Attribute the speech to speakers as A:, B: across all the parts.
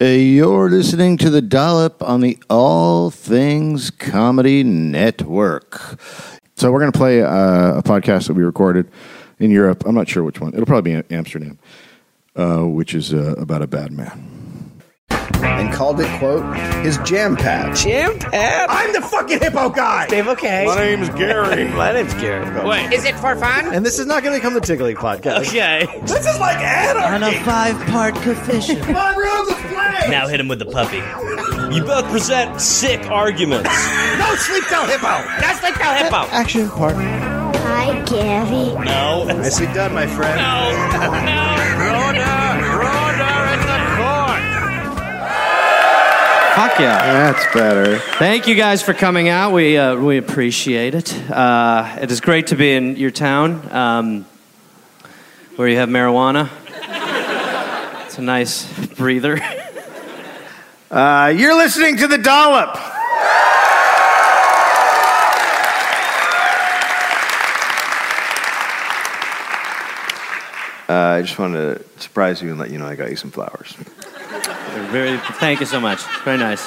A: Uh, You're listening to The Dollop on the All Things Comedy Network. So, we're going to play uh, a podcast that we recorded in Europe. I'm not sure which one. It'll probably be in Amsterdam, uh, which is uh, about a bad man.
B: and called it, quote, his jam patch.
C: Jim
D: eh?
C: Pep.
B: I'm the fucking hippo guy!
C: Dave, okay. My name's Gary. My name's Gary. Wait.
E: Is it for fun?
D: And this is not going to become the Tiggly podcast.
C: Okay.
B: This is like anarchy!
F: on a five-part coefficient.
B: My room's a flame!
C: Now hit him with the puppy. You both present sick arguments.
B: No sleep till hippo!
E: That's like the hippo.
F: Action part.
G: Hi, Gary.
C: No.
B: Nicely done, my friend.
D: Fuck yeah.
A: That's better.
D: Thank you guys for coming out. We, uh, we appreciate it. Uh, it is great to be in your town um, where you have marijuana. It's a nice breather.
B: Uh, you're listening to The
H: Uh,
B: Dollop!
H: Uh, I just wanted to surprise you and let you know I got you some flowers.
D: Very, thank you so much. Very nice.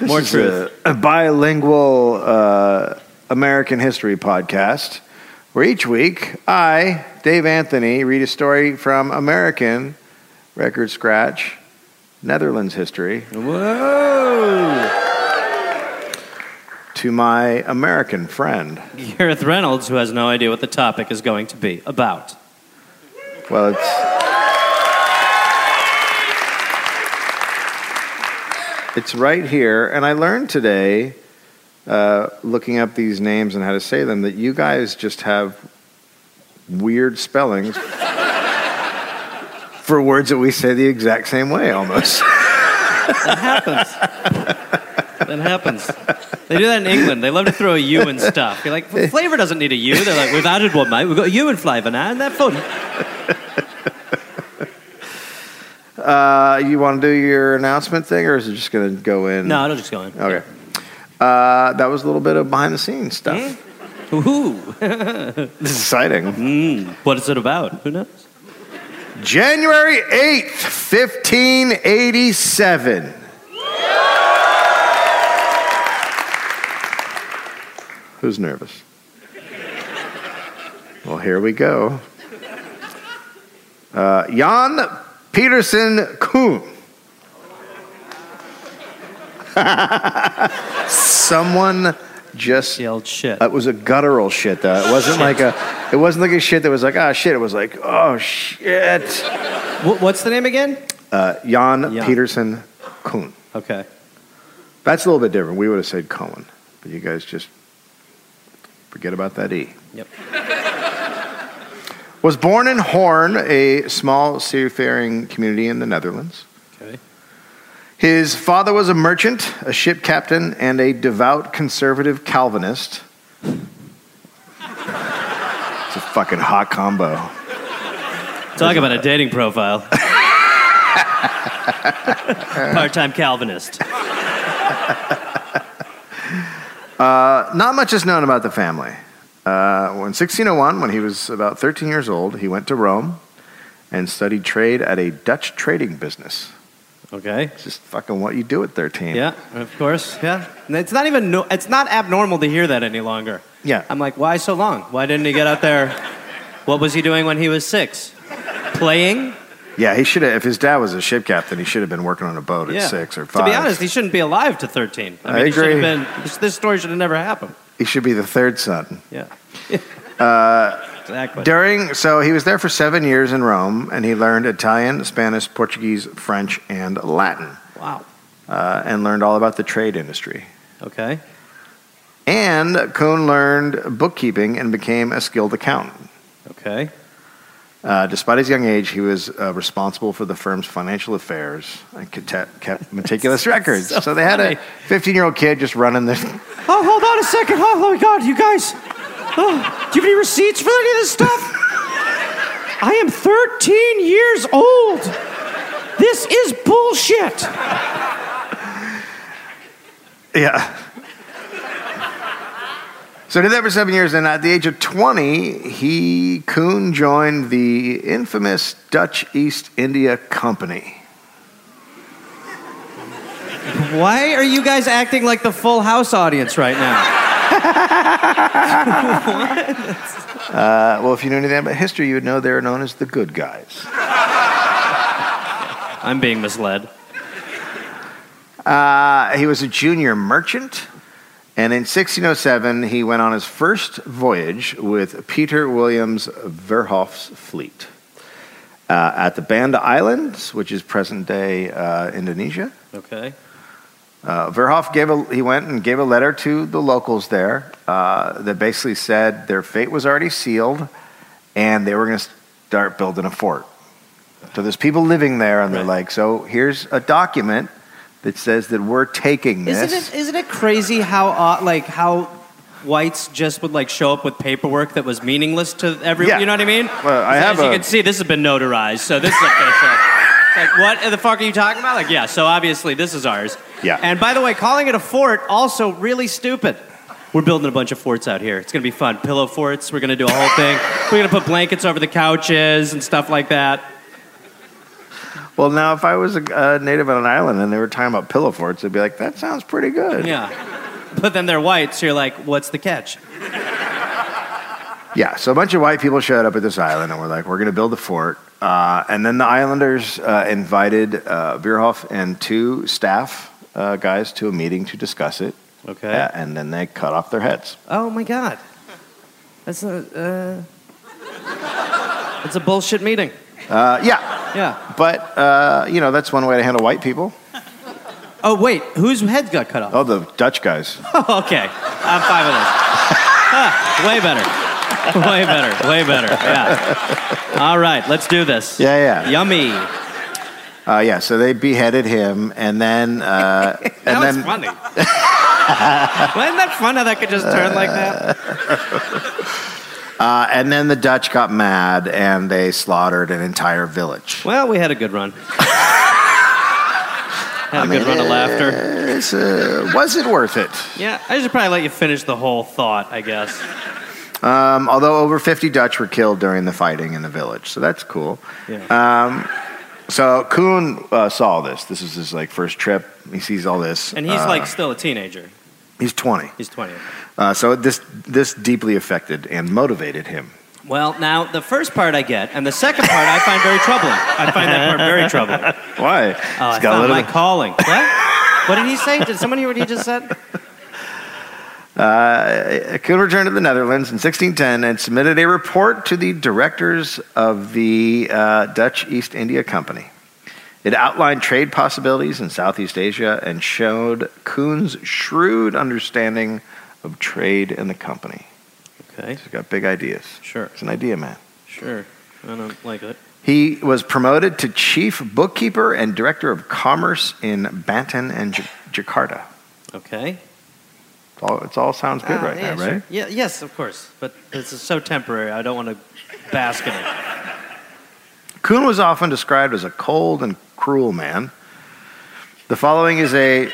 D: More
H: This is
D: truth.
H: A, a bilingual uh, American history podcast where each week I, Dave Anthony, read a story from American record scratch Netherlands history
D: Whoa!
H: to my American friend.
D: Gareth Reynolds, who has no idea what the topic is going to be about.
H: Well, it's it's right here, and I learned today, uh, looking up these names and how to say them, that you guys just have weird spellings for words that we say the exact same way almost.
D: That happens. that happens. They do that in England. They love to throw a U in stuff. You're like, well, flavor doesn't need a U. They're like, we've added one, mate. We've got a U in flavor now, and they're fun.
H: Uh, you want to do your announcement thing, or is it just going to go in?
D: No, it'll just go in.
H: Okay. Uh, that was a little bit of behind the scenes stuff.
D: Ooh.
H: This is exciting.
D: What is it about? Who knows?
H: January 8th, 1587. Who's nervous? Well, here we go. Uh, Jan Peterson Kuhn. Someone just
D: Yelled shit.
H: that was a guttural shit though. It wasn't like a it wasn't like a shit that was like, ah shit. It was like, oh shit.
D: Wh- what's the name again?
H: Uh, Jan
D: Jan.
H: Peterson Kuhn.
D: Okay.
H: That's a little bit different. We would have said Cohen, but you guys just forget about that E.
D: Yep.
H: Was born in Horn, a small seafaring community in the Netherlands.
D: Okay.
H: His father was a merchant, a ship captain, and a devout conservative Calvinist. It's a fucking hot combo.
D: Talk about a dating profile. Part time Calvinist.
H: Not much is known about the family. Uh, in 1601, when he was about 13 years old, he went to Rome and studied trade at a Dutch trading business.
D: Okay.
H: It's just fucking what you do at 13.
D: Yeah, of course. Yeah. And It's not even, no, it's not abnormal to hear that any longer.
H: Yeah.
D: I'm like, why so long? Why didn't he get out there? What was he doing when he was six? Playing?
H: Yeah, he should have, if his dad was a ship captain, he should have been working on a boat at six or five.
D: To be honest, he shouldn't be alive to 13.
H: I
D: he should have
H: agree.
D: been, this, this story should have never happened.
H: he should be the third son.
D: Yeah. exactly.
H: During, so he was there for seven years in Rome and he learned Italian, Spanish, Portuguese, French, and Latin,
D: wow.
H: uh, and learned all about the trade industry.
D: Okay.
H: And Kuhn learned bookkeeping and became a skilled accountant.
D: Okay.
H: Uh, despite his young age, he was uh, responsible for the firm's financial affairs and kete- kept meticulous records. So,
D: so
H: they had a
D: funny.
H: 15 year old kid just running the.
D: Oh, hold on a second. Oh, my God, you guys. Oh, do you have any receipts for any of this stuff? I am 13 years old. This is bullshit.
H: Yeah. So did that for seven years, and at the age of 20, he Kuhn joined the infamous Dutch East India Company.
D: Why are you guys acting like the full house audience right now?
H: Uh, well, if you knew anything about history, you would know they're known as the good guys.
D: I'm being misled.
H: Uh, he was a junior merchant, and in 1607, he went on his first voyage with Peter Williams Verhoef's fleet uh, at the Banda Islands, which is present day uh, Indonesia.
D: Okay.
H: Uh, Verhoef gave a, he went and gave a letter to the locals there uh, that basically said their fate was already sealed and they were going to start building a fort. So there's people living there and they're like, so here's a document that says that we're taking this.
D: Isn't it, isn't it crazy how uh, like how whites just would like show up with paperwork that was meaningless to everyone?
H: Yeah.
D: You know what I mean?
H: Well, I
D: As-
H: have
D: as
H: a-
D: you can see, this has been notarized, so this is official. It's like what the fuck are you talking about? Like yeah, so obviously this is ours.
H: Yeah.
D: And by the way, calling it a fort also really stupid. We're building a bunch of forts out here. It's gonna be fun. Pillow forts. We're gonna do a whole thing. We're gonna put blankets over the couches and stuff like that.
H: Well, now if I was a, a native on an island and they were talking about pillow forts, I'd be like, that sounds pretty good.
D: Yeah. But then they're white, so you're like, what's the catch?
H: Yeah, so a bunch of white people showed up at this island and we're like, we're going to build a fort. Uh, and then the islanders uh, invited uh, Bierhoff and two staff uh, guys to a meeting to discuss it.
D: Okay.
H: Uh, and then they cut off their heads.
D: Oh my god. That's a. Uh, it's a bullshit meeting.
H: Uh, yeah,
D: Yeah.
H: but, uh, you know, that's one way to handle white people.
D: Oh wait, whose head got cut off? Oh,
H: Oh, the Dutch guys.
D: okay, I'm fine with this. Huh, way better. Way better. Way better. Yeah. All right, let's do this.
H: Yeah, yeah.
D: Yummy.
H: Uh, yeah, so they beheaded him and then. Uh, and
D: that was
H: then
D: funny. Wasn't that fun how that could just turn like that?
H: Uh, and then the Dutch got mad and they slaughtered an entire village.
D: Well, we had a good run. Had a good run of laughter.
H: It's, uh, was it worth it?
D: Yeah, I should probably let you finish the whole thought, I guess.
H: Um, although over 50 Dutch were killed during the fighting in the village, so that's cool.
D: Yeah.
H: Um, so Kuhn uh, saw this. This is his like first trip. He sees all this,
D: And he's
H: Uh,
D: like still a teenager.
H: he's 20.
D: He's 20.
H: Uh, so this this deeply affected and motivated him.
D: Well, now the first part I get, and the second part I find very troubling. I find that part very troubling. Oh,
H: Why? He's
D: I
H: got a
D: found
H: little
D: my calling. What? What did he say? Did someone hear what he just said?
H: Uh, Kuhn returned to the Netherlands in 1610 and submitted a report to the directors of the uh, Dutch East India Company. It outlined trade possibilities in Southeast Asia and showed Kuhn's shrewd understanding of trade and the company.
D: Okay,
H: He's got big ideas.
D: Sure.
H: It's an idea, man.
D: sure. I don't like it.
H: He was promoted to chief bookkeeper and director of commerce in Banten and Ja- Jakarta.
D: Okay.
H: It all, it's all sounds good
D: Ah,
H: right
D: yeah,
H: now,
D: sure.
H: right?
D: Yeah, yes, of course. But this is so temporary. I don't want to bask in it.
H: Kuhn was often described as a cold and cruel man. The following is a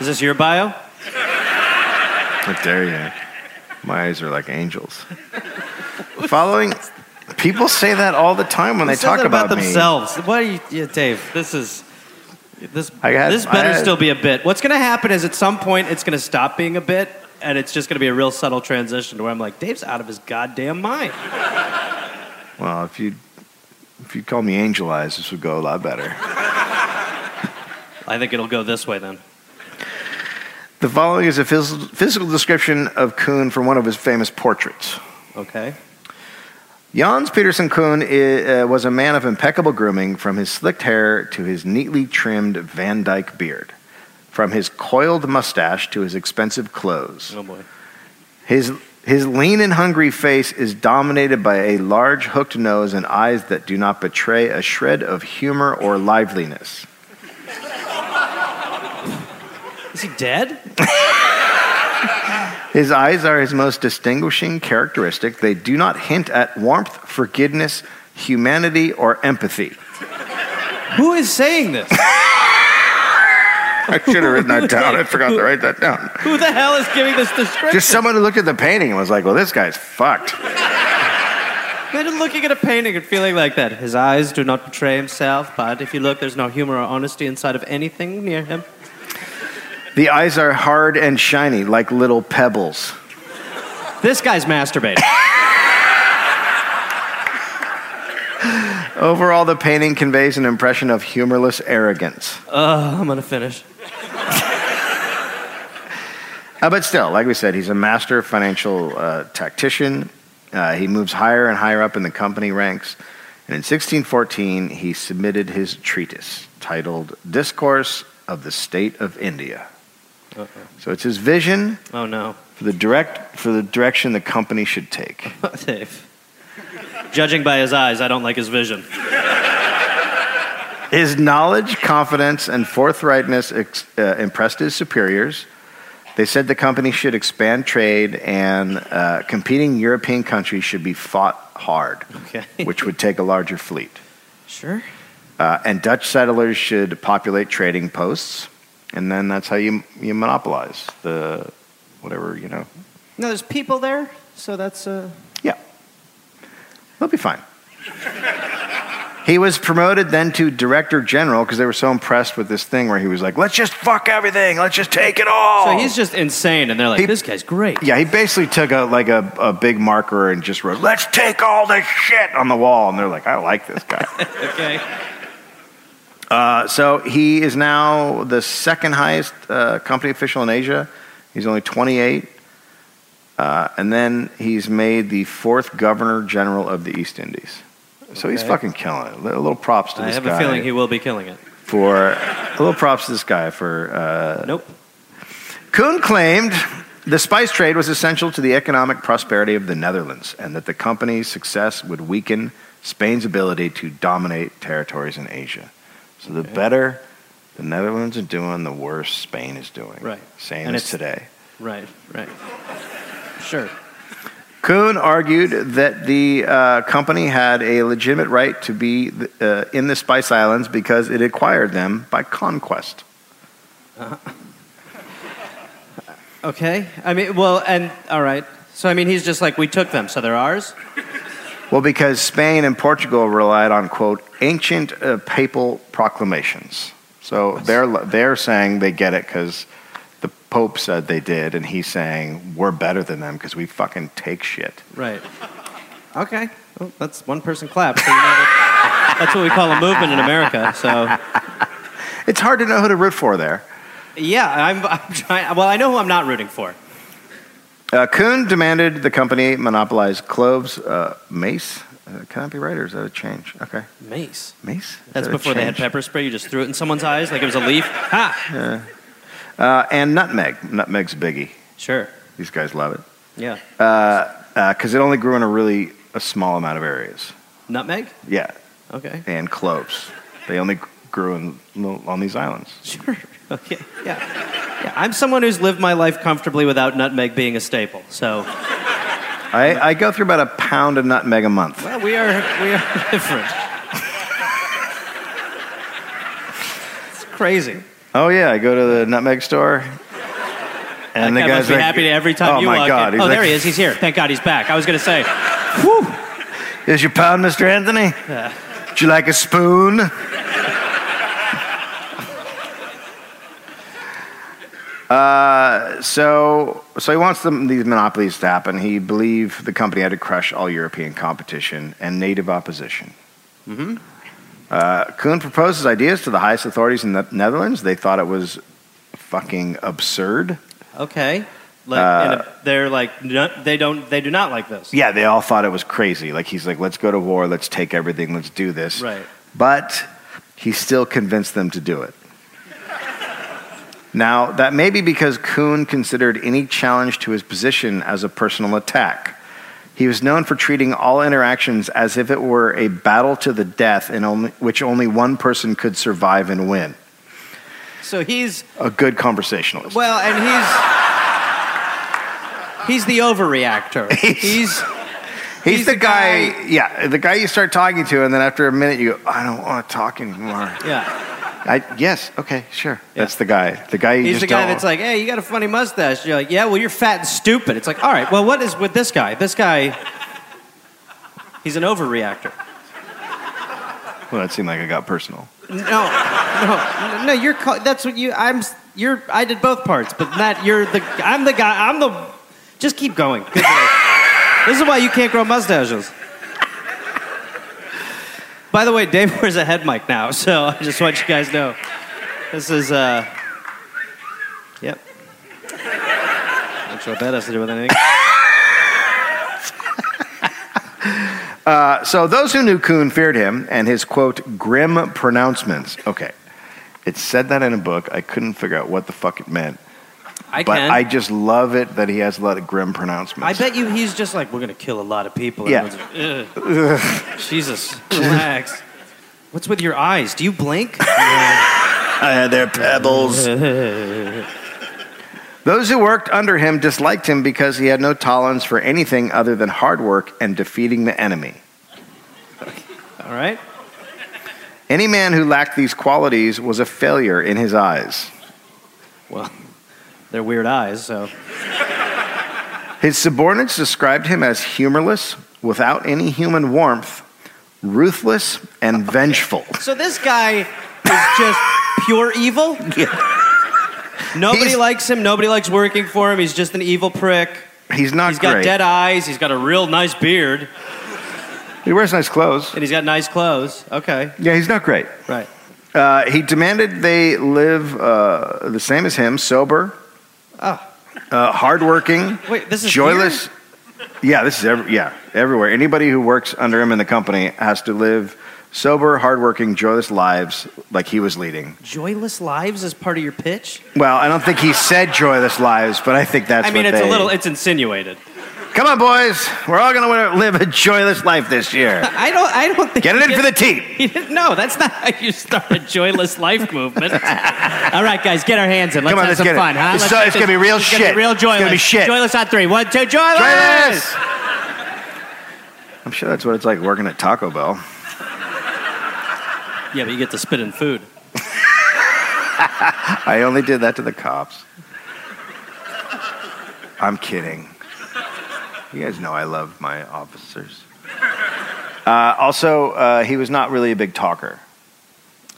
D: Is this your bio?
H: How dare you? My eyes are like angels. The following people say that all the time when
D: Who
H: they
D: says
H: talk
D: that
H: about,
D: about,
H: me.
D: themselves. What are you, yeah, Dave? This is this.
H: I had-
D: this better
H: I had-
D: still be a bit. What's going to happen is at some point it's going to stop being a bit, and it's just going to be a real subtle transition to where I'm like, Dave's out of his goddamn mind.
H: Well, if you if you call me angel eyes, this would go a lot better.
D: I think it'll go this way then.
H: The following is a phys- physical description of Kuhn from one of his famous portraits.
D: Okay.
H: Jans Peterson Kuhn i- uh, was a man of impeccable grooming, from his slicked hair to his neatly trimmed Van Dyke beard, from his coiled mustache to his expensive clothes.
D: Oh boy.
H: His, his lean and hungry face is dominated by a large hooked nose and eyes that do not betray a shred of humor or liveliness.
D: Is he dead?
H: His eyes are his most distinguishing characteristic. They do not hint at warmth, forgiveness, humanity, or empathy.
D: Who is saying this?
H: I should have written that down. I forgot to write that down.
D: Who the hell is giving this description?
H: Just someone who looked at the painting and was like, well, this guy's fucked.
D: Imagine looking at a painting and feeling like that. His eyes do not betray himself, but if you look, there's no humor or honesty inside of anything near him.
H: The eyes are hard and shiny, like little pebbles.
D: This guy's masturbating.
H: Overall, the painting conveys an impression of humorless arrogance.
D: Oh, I'm gonna finish.
H: Uh, but still, like we said, he's a master financial uh, tactician. Uh, he moves higher and higher up in the company ranks. And in 1614, he submitted his treatise titled Discourse of the State of India. So it's his vision
D: Oh no,
H: for the, direct, for the direction the company should take.
D: Dave. Judging by his eyes, I don't like his vision.
H: His knowledge, confidence, and forthrightness ex- uh, impressed his superiors. They said the company should expand trade and uh, competing European countries should be fought hard,
D: Okay.
H: which would take a larger fleet.
D: Sure.
H: Uh, and Dutch settlers should populate trading posts, and then that's how you you monopolize the whatever you know.
D: No, there's people there, so that's uh.
H: Yeah, they'll be fine. he was promoted then to director general because they were so impressed with this thing where he was like, "Let's just fuck everything. Let's just take it all."
D: So he's just insane, and they're like,
H: He-
D: "This guy's great."
H: Oh. yeah, he basically took a like a, a big marker and just wrote, "Let's take all the shit" on the wall, and they're like, "I like this guy."
D: Okay.
H: Uh, so he is now the second highest uh, company official in Asia. He's only 28. Uh, and then he's made the fourth governor general of the East Indies. So he's
D: Okay.
H: fucking killing it. A little props to
D: I
H: this
D: have
H: guy
D: a feeling he will be killing it.
H: for a little props to this guy for uh,
D: Nope.
H: Kuhn claimed the spice trade was essential to the economic prosperity of the Netherlands and that the company's success would weaken Spain's ability to dominate territories in Asia. So the better the Netherlands are doing, the worse Spain is doing.
D: Right.
H: Same
D: And
H: as
D: it's-
H: today.
D: Right. Right. Sure.
H: Kuhn argued that the uh, company had a legitimate right to be uh, in the Spice Islands because it acquired them by conquest.
D: Okay. I mean, well, and all right. So I mean, he's just like, "We took them, so they're ours."
H: Well, because Spain and Portugal relied on, quote, ancient uh, papal proclamations. So they're, they're saying they get it because the Pope said they did, and he's saying we're better than them because we fucking take shit.
D: Right. Okay. Well, that's one person clap. So you know that, that's what we call a movement in America. So
H: It's hard to know who to root for there.
D: yeah, I'm, I'm trying. Well, I know who I'm not rooting for.
H: Uh, Kuhn demanded the company monopolize cloves, uh, mace. Uh, can I be right, or is that a change? Okay,
D: Mace.
H: mace. Is
D: That's
H: that a
D: before they had
H: change?
D: pepper spray. You just threw it in someone's eyes like it was a leaf. Ha.
H: Uh, and nutmeg. Nutmeg's a biggie.
D: Sure.
H: These guys love it
D: Yeah.
H: because it only grew in a really a small amount of areas.
D: Nutmeg.
H: Yeah,
D: Okay.
H: and cloves. They only grew in, on these islands.
D: Sure. Okay. Yeah. yeah. I'm someone who's lived my life comfortably without nutmeg being a staple. So
H: I, I go through about a pound of nutmeg a month.
D: well, we are we are different. it's crazy.
H: Oh yeah, I go to the nutmeg store, and
D: That
H: the
D: guy
H: guy's
D: must be
H: like-
D: happy to every time
H: oh,
D: you
H: my
D: walk
H: God.
D: in.
H: He's
D: Oh,
H: like,
D: there he is. He's here. Thank God he's back. I was going to say,
H: Is your pound, Mr. Anthony? Would you like a spoon? Uh, so, so he wants them, these monopolies to happen. He believed the company had to crush all European competition and native opposition. Mm-hmm. Uh, Kuhn proposes ideas to the highest authorities in the Netherlands. They thought it was fucking absurd.
D: okay. Like, and
H: Uh,
D: if they're like, nut- they don't, they do not like this.
H: Yeah, they all thought it was crazy. Like he's like, let's go to war, let's take everything, let's do this.
D: Right.
H: But he still convinced them to do it. Now, that may be because Kuhn considered any challenge to his position as a personal attack. He was known for treating all interactions as if it were a battle to the death, in only, which only one person could survive and win.
D: So he's
H: A good conversationalist.
D: well, and he's he's the overreactor. He's
H: he's,
D: he's
H: the,
D: the
H: guy,
D: guy-
H: yeah, the guy you start talking to, and then after a minute, you go, I don't want to talk anymore.
D: yeah.
H: I, yes. Okay. Sure. That's the guy. The guy. You
D: He's
H: just
D: the guy
H: don't-
D: that's like, hey, you got a funny mustache. You're like, yeah, well, you're fat and stupid. It's like, all right, well, what is with this guy? This guy. He's an overreactor.
H: Well, that seemed like it got personal.
D: No, no, no. You're ca- that's what you. I'm. s- You're. I did both parts, but that you're the. I'm the guy. I'm the. Just keep going. Good boy. this is why you can't grow mustaches. By the way, Dave wears a head mic now, so I just want you guys to know. This is. uh Yep. Not sure what that has to do with anything.
H: Uh, so those who knew Kuhn feared him and his quote grim pronouncements. Okay, it said that in a book. I couldn't figure out what the fuck it meant,
D: I
H: but
D: can.
H: I just love it that he has a lot of grim pronouncements.
D: I bet you he's just like, we're going to kill a lot of people.
H: Yeah.
D: Everyone's like, "Ugh." Jesus, relax. What's with your eyes? Do you blink? Yeah.
H: I had their pebbles. Those who worked under him disliked him because he had no tolerance for anything other than hard work and defeating the enemy.
D: All right.
H: Any man who lacked these qualities was a failure in his eyes.
D: Well, they're weird eyes, so.
H: His subordinates described him as humorless, without any human warmth, ruthless, and vengeful.
D: So this guy is just pure evil? Nobody
H: He's-
D: likes him. Nobody likes working for him. He's just an evil prick.
H: He's not
D: He's got
H: great.
D: dead eyes. He's got a real nice beard.
H: he wears nice clothes.
D: And he's got nice clothes. Okay.
H: Yeah, he's not great.
D: Right.
H: Uh, he demanded they live uh, the same as him, sober,
D: Oh.
H: uh, hardworking,
D: Wait, this is.
H: joyless. Yeah, this is ev- yeah everywhere. Anybody who works under him in the company has to live sober, hardworking, joyless lives like he was leading.
D: here? Joyless lives is part of your pitch?
H: Well, I don't think he said joyless lives, but I think that's.
D: I mean,
H: what
D: it's a
H: they-
D: little, it's insinuated.
H: Come on, boys. We're all going to live a joyless life this year.
D: I don't. I don't think.
H: Get it in for the team.
D: He didn't, no, that's not how you start a joyless life movement. All right, guys, get our hands in. Let's
H: Come on,
D: have
H: let's
D: some
H: get it.
D: fun, huh?
H: It's
D: Let's
H: so-
D: make
H: it's gonna
D: this-
H: be real
D: it's gonna
H: shit.
D: real
H: It's gonna
D: joyless.
H: be shit.
D: Joyless on three. One, two, joyless.
H: Joyless! I'm sure that's what it's like working at Taco Bell.
D: Yeah, but you get to spit in food.
H: I only did that to the cops. I'm kidding. You guys know I love my officers. Uh, also, uh, he was not really a big talker.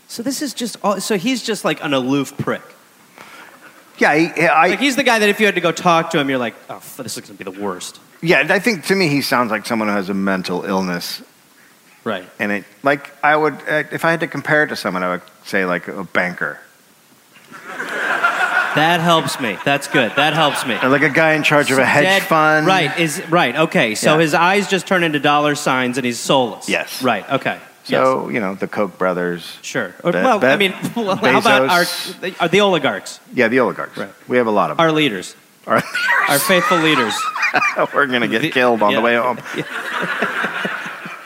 D: So this is just. All, so he's just like an aloof prick.
H: Yeah, he, he-
D: Like
H: I,
D: he's the guy that if you had to go talk to him, you're like, oh, f- this is gonna be the worst.
H: yeah, I think to me he sounds like someone who has a mental illness
D: Right.
H: and it like I would uh, if I had to compare it to someone, I would say like a banker,
D: That helps me. That's good. That helps me.
H: Or, like a guy in charge of a hedge
D: Dead-
H: fund.
D: Right. Is right. Okay. So
H: Yeah.
D: his eyes just turn into dollar signs, and he's soulless.
H: Yes.
D: Right. Okay. yes.
H: So you know the Koch brothers.
D: Sure. Or-
H: Be-
D: well, I
H: Be-
D: mean, well, how about our
H: Bezos.
D: the- are the oligarchs,
H: Yeah, the oligarchs.
D: Right.
H: We have a lot of them.
D: our leaders,
H: Our-
D: our faithful leaders?
H: We're gonna get
D: The-
H: killed on
D: yeah.
H: the way home.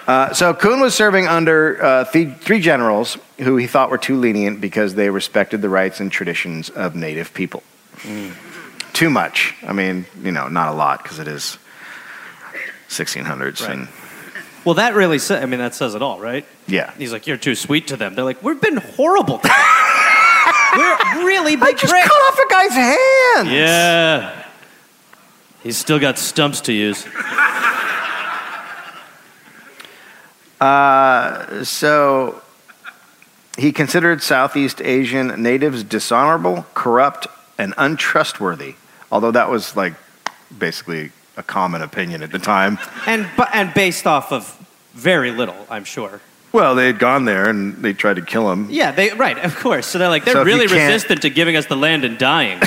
H: Uh, so Kuhn was serving under uh, th- three generals who he thought were too lenient because they respected the rights and traditions of native people.
D: Hmm.
H: Too much. I mean, you know, not a lot because it is 1600s
D: Right.
H: and
D: Well, that really says. I mean, that says it all, right?
H: yeah.
D: He's like, "You're too sweet to them." They're like, "We've been horrible. to them. We're really big pricks."
H: off a guy's hand.
D: Yeah. He's still got stumps to use.
H: Uh, so he considered Southeast Asian natives dishonorable, corrupt, and untrustworthy. Although that was like basically a common opinion at the time.
D: And bu- and based off of very little, I'm sure.
H: Well, they had gone there and they tried to kill him.
D: Yeah, they right, of course. So they're like they're
H: So if you
D: really
H: can't-
D: resistant to giving us the land and dying.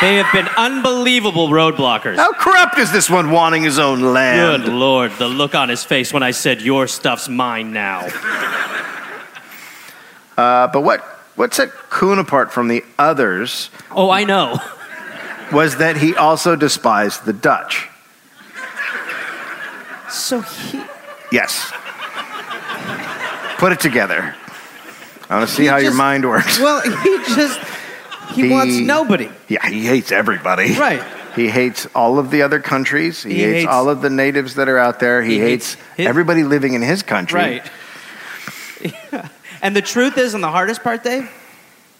D: they have been unbelievable roadblockers.
H: How corrupt is this one wanting his own land?
D: Good lord, the look on his face when I said your stuff's mine now.
H: Uh, but what, what set Kuhn apart from the others
D: Oh, I know.
H: was that he also despised the Dutch.
D: So he,
H: Yes. Put it together. I want to see how your
D: just-
H: mind works.
D: well, he just he,
H: He-
D: wants nobody.
H: Yeah, he hates everybody.
D: Right.
H: He hates all of the other countries. He,
D: He
H: hates,
D: hates-
H: all of the natives that are out there. He,
D: He
H: hates,
D: hates his-
H: everybody living in his country.
D: Right. And the truth is, and the hardest part, Dave,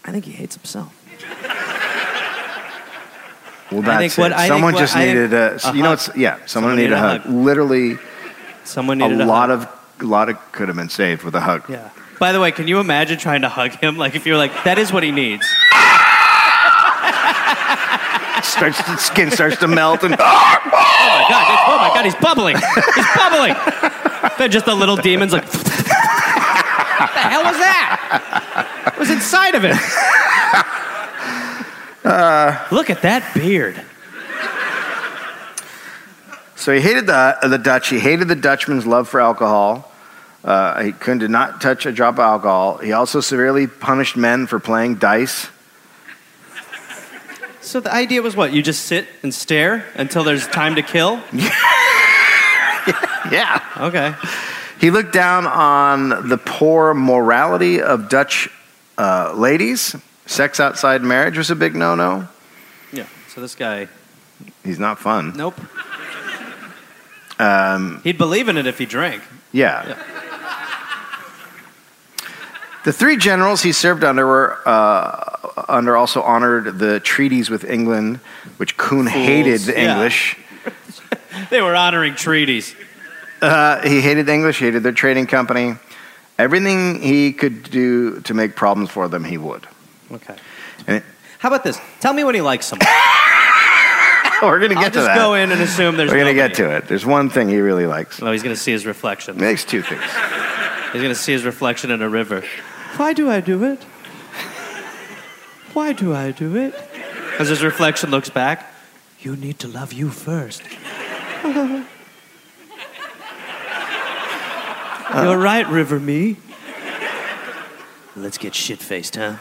D: I think he hates himself.
H: Well,
D: I
H: that's
D: think what-
H: it.
D: I think
H: someone
D: what-
H: just
D: I think
H: needed a,
D: a
H: You know,
D: hug.
H: it's yeah. Someone, needed a hug. Literally,
D: Someone
H: A
D: needed a,
H: lot
D: hug.
H: of a lot of could have been saved with a hug.
D: Yeah. By the way, can you imagine trying to hug him? Like if you're like, that is what he needs.
H: Starts the skin starts to melt and
D: Oh my god! that's- oh my god! He's bubbling. He's bubbling. They're just the little demons. Like, what the hell was that? It was inside of him. Look at that beard.
H: So he hated the, the Dutch. He hated the Dutchman's love for alcohol. Uh, he couldn't did not touch a drop of alcohol. He also severely punished men for playing dice.
D: So the idea was what? You just sit and stare until there's time to kill.
H: Yeah.
D: Okay.
H: He looked down on the poor morality of Dutch uh, ladies. Sex outside marriage was a big no no.
D: Yeah. So this guy,
H: He's not fun.
D: nope.
H: Um,
D: He'd believe in it if he drank.
H: yeah.
D: Yeah.
H: The three generals he served under were uh, under also honored the treaties with England, which Kuhn hated the
D: Yeah.
H: English.
D: They were honoring treaties.
H: Uh, he hated the English, he hated their trading company. Everything he could do to make problems for them, he would.
D: Okay.
H: And-
D: How about this? Tell me when he likes someone.
H: We're going to get
D: I'll
H: to
D: just
H: that.
D: go in and assume there's.
H: We're going to
D: nobody.
H: get to it. There's one thing he really likes.
D: Oh, he's gonna see his reflection.
H: He likes two things.
D: He's gonna see his reflection in a river. Why do I do it? Why do I do it? As his reflection looks back, you need to love you first. Uh. You're right, River Me. Let's get shit faced, huh?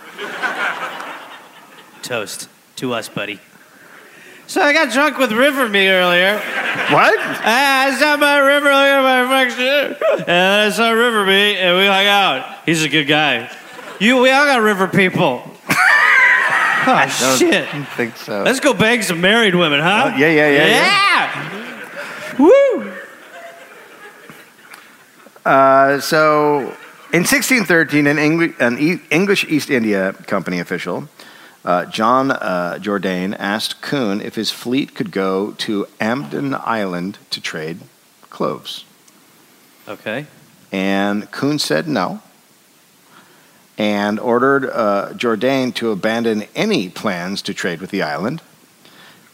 D: Toast to us, buddy. So I got drunk with River Me earlier.
H: What?
D: Ah, I stopped by River looking at my reflection, and then I saw River me, and we hung out. He's a good guy. You, we hung out River people. oh shit!
H: I think so.
D: Let's go bang some married women, huh?
H: Oh, yeah, yeah, yeah,
D: yeah. Woo!
H: Uh, so, in 1613, an, Engli- an e- English East India Company official, uh, John uh, Jourdain, asked Kuhn if his fleet could go to Amden Island to trade cloves.
D: Okay.
H: And Kuhn said no and ordered uh, Jourdain to abandon any plans to trade with the island.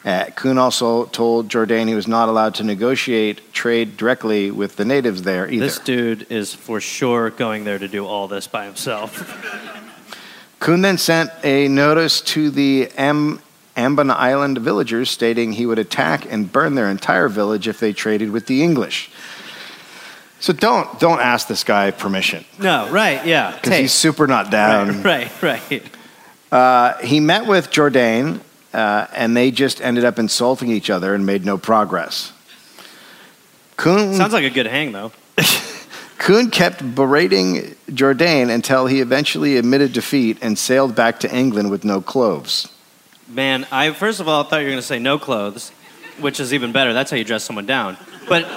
H: Uh, Kuhn also told Jourdain he was not allowed to negotiate trade directly with the natives there either.
D: This dude is for sure going there to do all this by himself.
H: Kuhn then sent a notice to the Am- Amban Island villagers stating he would attack and burn their entire village if they traded with the English. So don't don't ask this guy permission
D: No, right? Yeah.
H: because he's super not down.
D: right, right.
H: Uh, he met with Jourdain, uh, and they just ended up insulting each other and made no progress. Kuhn,
D: Sounds like a good hang, though.
H: Kuhn kept berating Jourdain until he eventually admitted defeat and sailed back to England with no cloves.
D: Man, I first of all thought you were gonna say no clothes, which is even better. That's how you dress someone down. But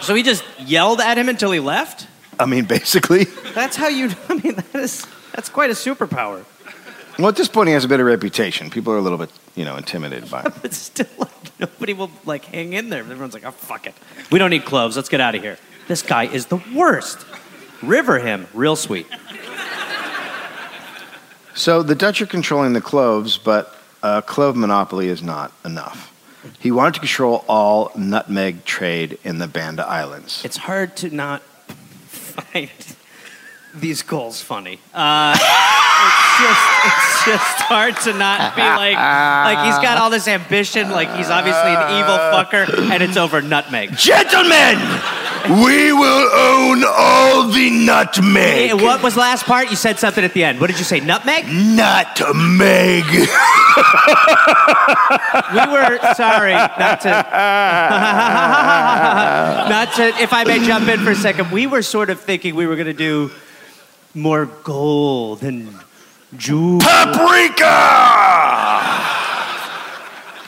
D: so he just yelled at him until he left.
H: I mean, basically.
D: That's how you. I mean, that is that's quite a superpower.
H: Well, at this point, he has a bit of reputation. People are a little bit, you know, intimidated by him.
D: But still, like nobody will like hang in there. Everyone's like, oh fuck it, we don't need clothes. Let's get out of here. This guy is the worst. River him, real sweet.
H: So the Dutch are controlling the cloves, but a clove monopoly is not enough. He wanted to control all nutmeg trade in the Banda Islands.
D: It's hard to not find these goals funny. Uh, it's just it's just hard to not be like like he's got all this ambition, like he's obviously an evil fucker, and it's over nutmeg.
H: Gentlemen, we will own all the
D: Hey,
H: nutmeg.
D: what was last part? You said something at the end. What did you say? Nutmeg?
H: Nutmeg.
D: We were sorry not to not to. If I may jump in for a second, we were sort of thinking we were gonna do more gold and jewels.
H: Paprika.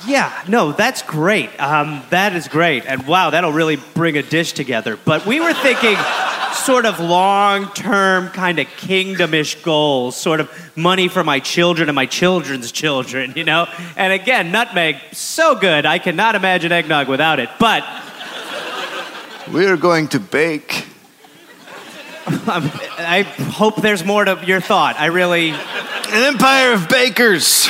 D: Yeah, no, that's great. Um, that is great. And wow, that'll really bring a dish together. But we were thinking sort of long term, kind of kingdomish goals, sort of money for my children and my children's children, you know? And again, nutmeg, so good. I cannot imagine eggnog without it. But
H: We're going to bake.
D: um, I hope there's more to your thought. I really.
H: An empire of bakers.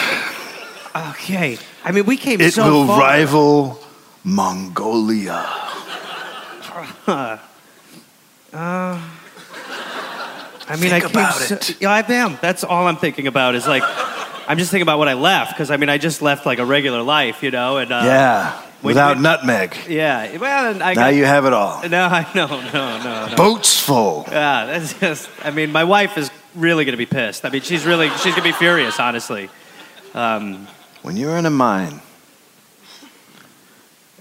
D: Okay. I mean, we came
H: It
D: so
H: will
D: far.
H: rival Mongolia.
D: I mean, I
H: Think
D: came
H: about
D: so,
H: it.
D: Yeah, I am. That's all I'm thinking about is like, I'm just thinking about what I left because I mean, I just left like a regular life, you know, and uh,
H: yeah.
D: wait,
H: Without
D: wait.
H: nutmeg.
D: yeah. Well, and I
H: Now
D: got,
H: you have it all.
D: no, I no, no, no, no.
H: Boats full.
D: Yeah, that's just. I mean, my wife is really gonna be pissed. I mean, she's really she's gonna be furious, honestly. Um,
H: When you're in a mine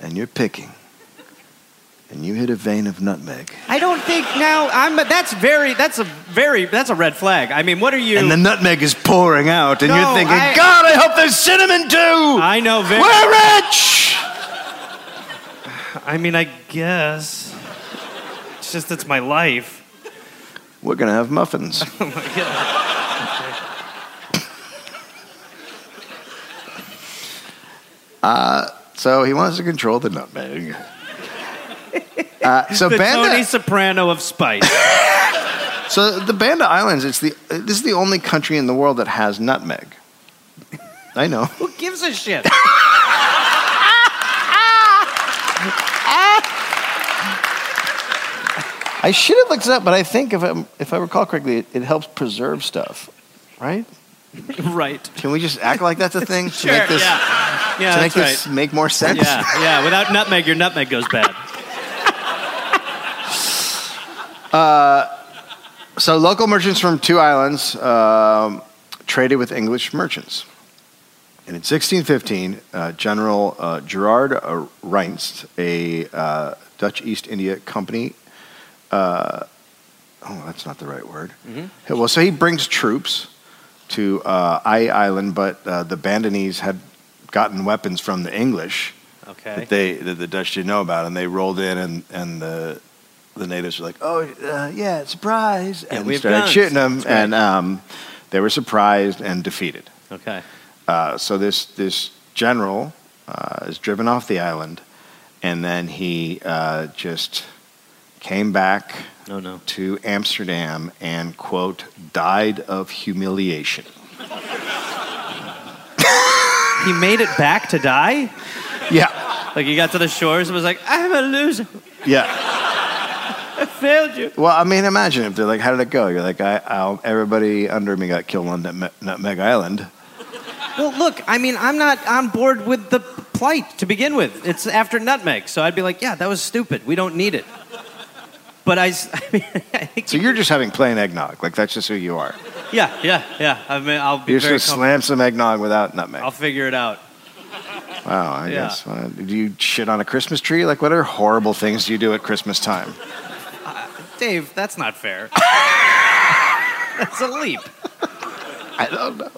H: and you're picking and you hit a vein of nutmeg
D: I don't think now. I'm. That's very. That's a very. That's a red flag. I mean, what are you?
H: and the nutmeg is pouring out and
D: No,
H: you're thinking,
D: I-
H: God, I hope there's cinnamon too!
D: I know very.
H: We're rich!
D: I mean, I guess. It's just it's my life.
H: We're gonna have muffins.
D: Oh
H: Uh, So he wants to control the nutmeg. Uh, so
D: the
H: Banda,
D: Tony Soprano of spice.
H: so the Banda Islands. It's the this is the only country in the world that has nutmeg. I know.
D: Who gives a shit?
H: I should have looked it up, but I think if I if I recall correctly, it, it helps preserve stuff, right?
D: right.
H: Can we just act like that's a thing to make this
D: yeah. Yeah,
H: to
D: that's
H: make this
D: right.
H: make more sense?
D: Yeah, yeah. Without nutmeg, your nutmeg goes bad.
H: So local merchants from two islands um, traded with English merchants. And in 1615, uh, General uh, Gerard uh, Reinst, a uh, Dutch East India Company, uh, oh, that's not the right word. Well, so he brings troops to uh, I Island, but uh, the Bandanese had gotten weapons from the English
D: Okay.
H: that they that the Dutch didn't know about, and they rolled in, and and the the natives were like, "Oh, uh, yeah, surprise!"
D: Yeah,
H: and
D: we have
H: started
D: guns.
H: shooting them,
D: That's right.
H: and um, they were surprised and defeated.
D: Okay.
H: Uh, so this this general uh, is driven off the island, and then he uh, just came back
D: No, Oh, no.
H: to Amsterdam and quote died of humiliation.
D: He made it back to die.
H: Yeah,
D: Like he got to the shores and was like, "I'm a loser.
H: yeah.
D: I failed you."
H: Well, I mean, imagine if they're like, "How did it go?" You're like, "I, I everybody under me got killed on Nutme- Nutmeg Island."
D: Well, look. I mean, I'm not on board with the plight to begin with. It's after nutmeg, so I'd be like, "Yeah, that was stupid. We don't need it." But I, s- I mean, I think.
H: So you're just having plain eggnog, like that's just who you are.
D: Yeah, yeah, yeah. I mean, I'll be
H: You're just
D: very. comfortable.
H: gonna slam some eggnog without nutmeg.
D: I'll figure it out.
H: wow, I
D: yeah.
H: guess. Uh, do you shit on a Christmas tree? Like, what are horrible things you do at Christmas time?
D: Dave, that's not fair. that's a leap.
H: I don't know.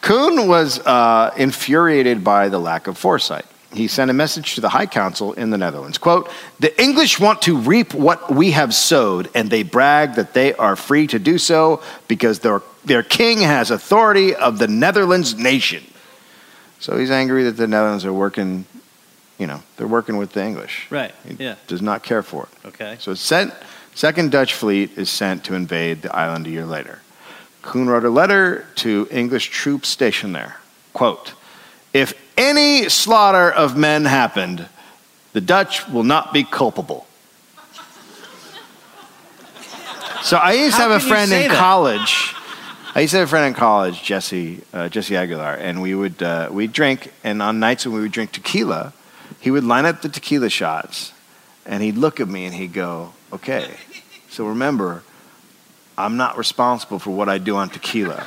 H: Kuhn was uh, infuriated by the lack of foresight. He sent a message to the High Council in the Netherlands. Quote, the English want to reap what we have sowed, and they brag that they are free to do so because their, their king has authority of the Netherlands nation. So he's angry that the Netherlands are working, you know, they're working with the English.
D: Right.
H: He
D: Yeah.
H: does not care for it.
D: Okay.
H: So sent, second Dutch fleet is sent to invade the island a year later. Kuhn wrote a letter to English troops stationed there. Quote, if any slaughter of men happened, the Dutch will not be culpable. So I used to
D: How
H: have a
D: can you
H: friend
D: say
H: in
D: that?
H: college. I used to have a friend in college, Jesse, uh, Jesse Aguilar, and we would uh, we drink, and on nights when we would drink tequila, he would line up the tequila shots, and he'd look at me and he'd go, "Okay, so remember, I'm not responsible for what I do on tequila."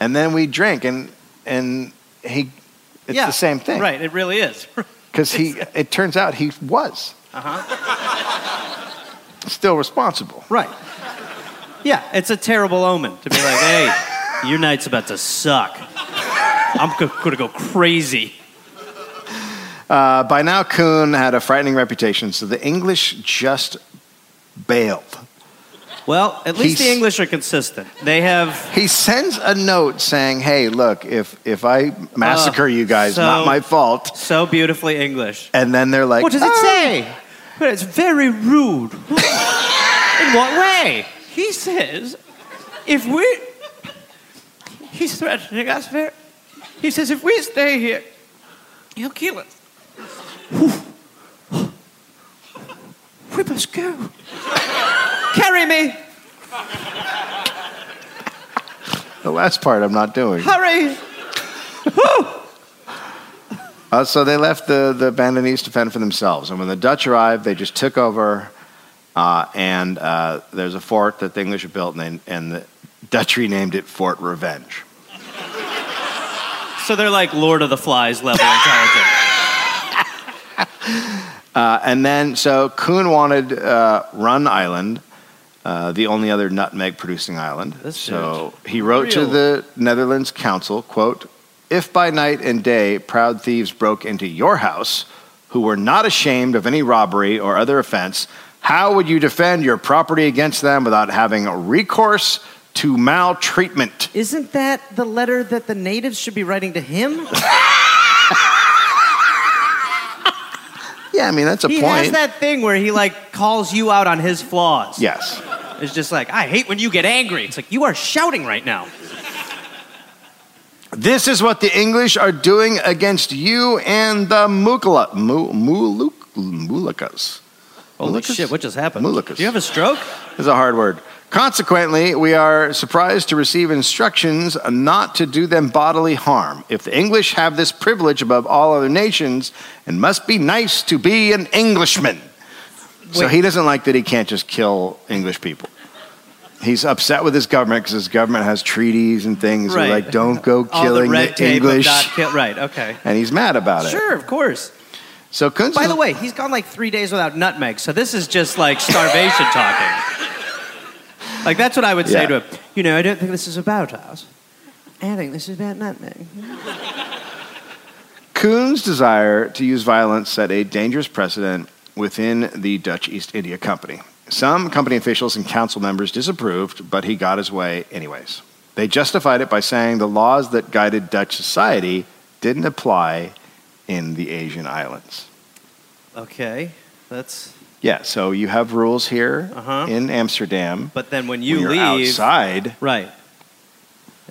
H: and then we drink, and and he, it's
D: yeah.
H: the same thing,
D: Right. It really is.
H: Because he, it turns out he was
D: Uh-huh.
H: still responsible.
D: Right. Yeah. It's a terrible omen to be like, hey, your night's about to suck. I'm go- gonna go crazy.
H: Uh, by now, Kuhn had a frightening reputation, so the English just bailed.
D: Well, at least the
H: He's-
D: English are consistent. They have.
H: He sends a note saying, "Hey, look, if if I massacre
D: Uh,
H: you guys,
D: so-
H: not my fault."
D: So beautifully English.
H: And then they're like,
D: What does it
H: "Oh,
D: say? But it's very rude. In what way? He says, if we. He's threatening us very. He says, if we stay here, he'll kill us. We must go. Carry me.
H: The last part I'm not doing.
D: Hurry.
H: Uh, so they left the, the Bandanese to fend for themselves. And when the Dutch arrived, they just took over. Uh, and uh, there's a fort that the English had built, and, they, and the Dutch renamed it Fort Revenge.
D: So they're like Lord of the Flies level intelligent.
H: Uh, and then, so Kuhn wanted uh, Run Island, uh, the only other nutmeg producing island.
D: This
H: so he wrote to
D: real.
H: the Netherlands Council, quote, if by night and day proud thieves broke into your house, who were not ashamed of any robbery or other offense, how would you defend your property against them without having recourse to maltreatment?
D: Isn't that the letter that the natives should be writing to him?
H: Yeah, I mean, that's a
D: he
H: point.
D: has that thing where he like calls you out on his flaws.
H: yes.
D: It's just like, I hate when you get angry. It's like, you are shouting right now.
H: This is what the English are doing against you and the Mukala, Mu, Muluk, Mulukas.
D: Holy
H: Mulukas?
D: shit, what just happened?
H: Mulukas.
D: Do you have a stroke? Oh,
H: It's a hard word. Consequently, we are surprised to receive instructions not to do them bodily harm. If the English have this privilege above all other nations, it must be nice to be an Englishman. So
D: Wait.
H: he doesn't like that he can't just kill English people. He's upset with his government because his government has treaties and things. where,
D: Right.
H: Like, don't go
D: All
H: killing
D: the red tape
H: English.
D: Of not kill- right, okay.
H: and he's mad about it.
D: Sure, of course.
H: So Kunz
D: By the way, he's gone like three days without nutmeg, so this is just like starvation talking. Like, that's what I would say
H: Yeah.
D: to him. You know, I don't think this is about us. I think this is about nutmeg.
H: Kuhn's desire to use violence set a dangerous precedent within the Dutch East India Company. Some company officials and council members disapproved, but he got his way anyways. They justified it by saying the laws that guided Dutch society didn't apply in the Asian islands.
D: Okay, that's.
H: Yeah, so you have rules here
D: Uh-huh.
H: in Amsterdam.
D: But then when
H: when
D: you
H: you're
D: leave.
H: outside,
D: Right.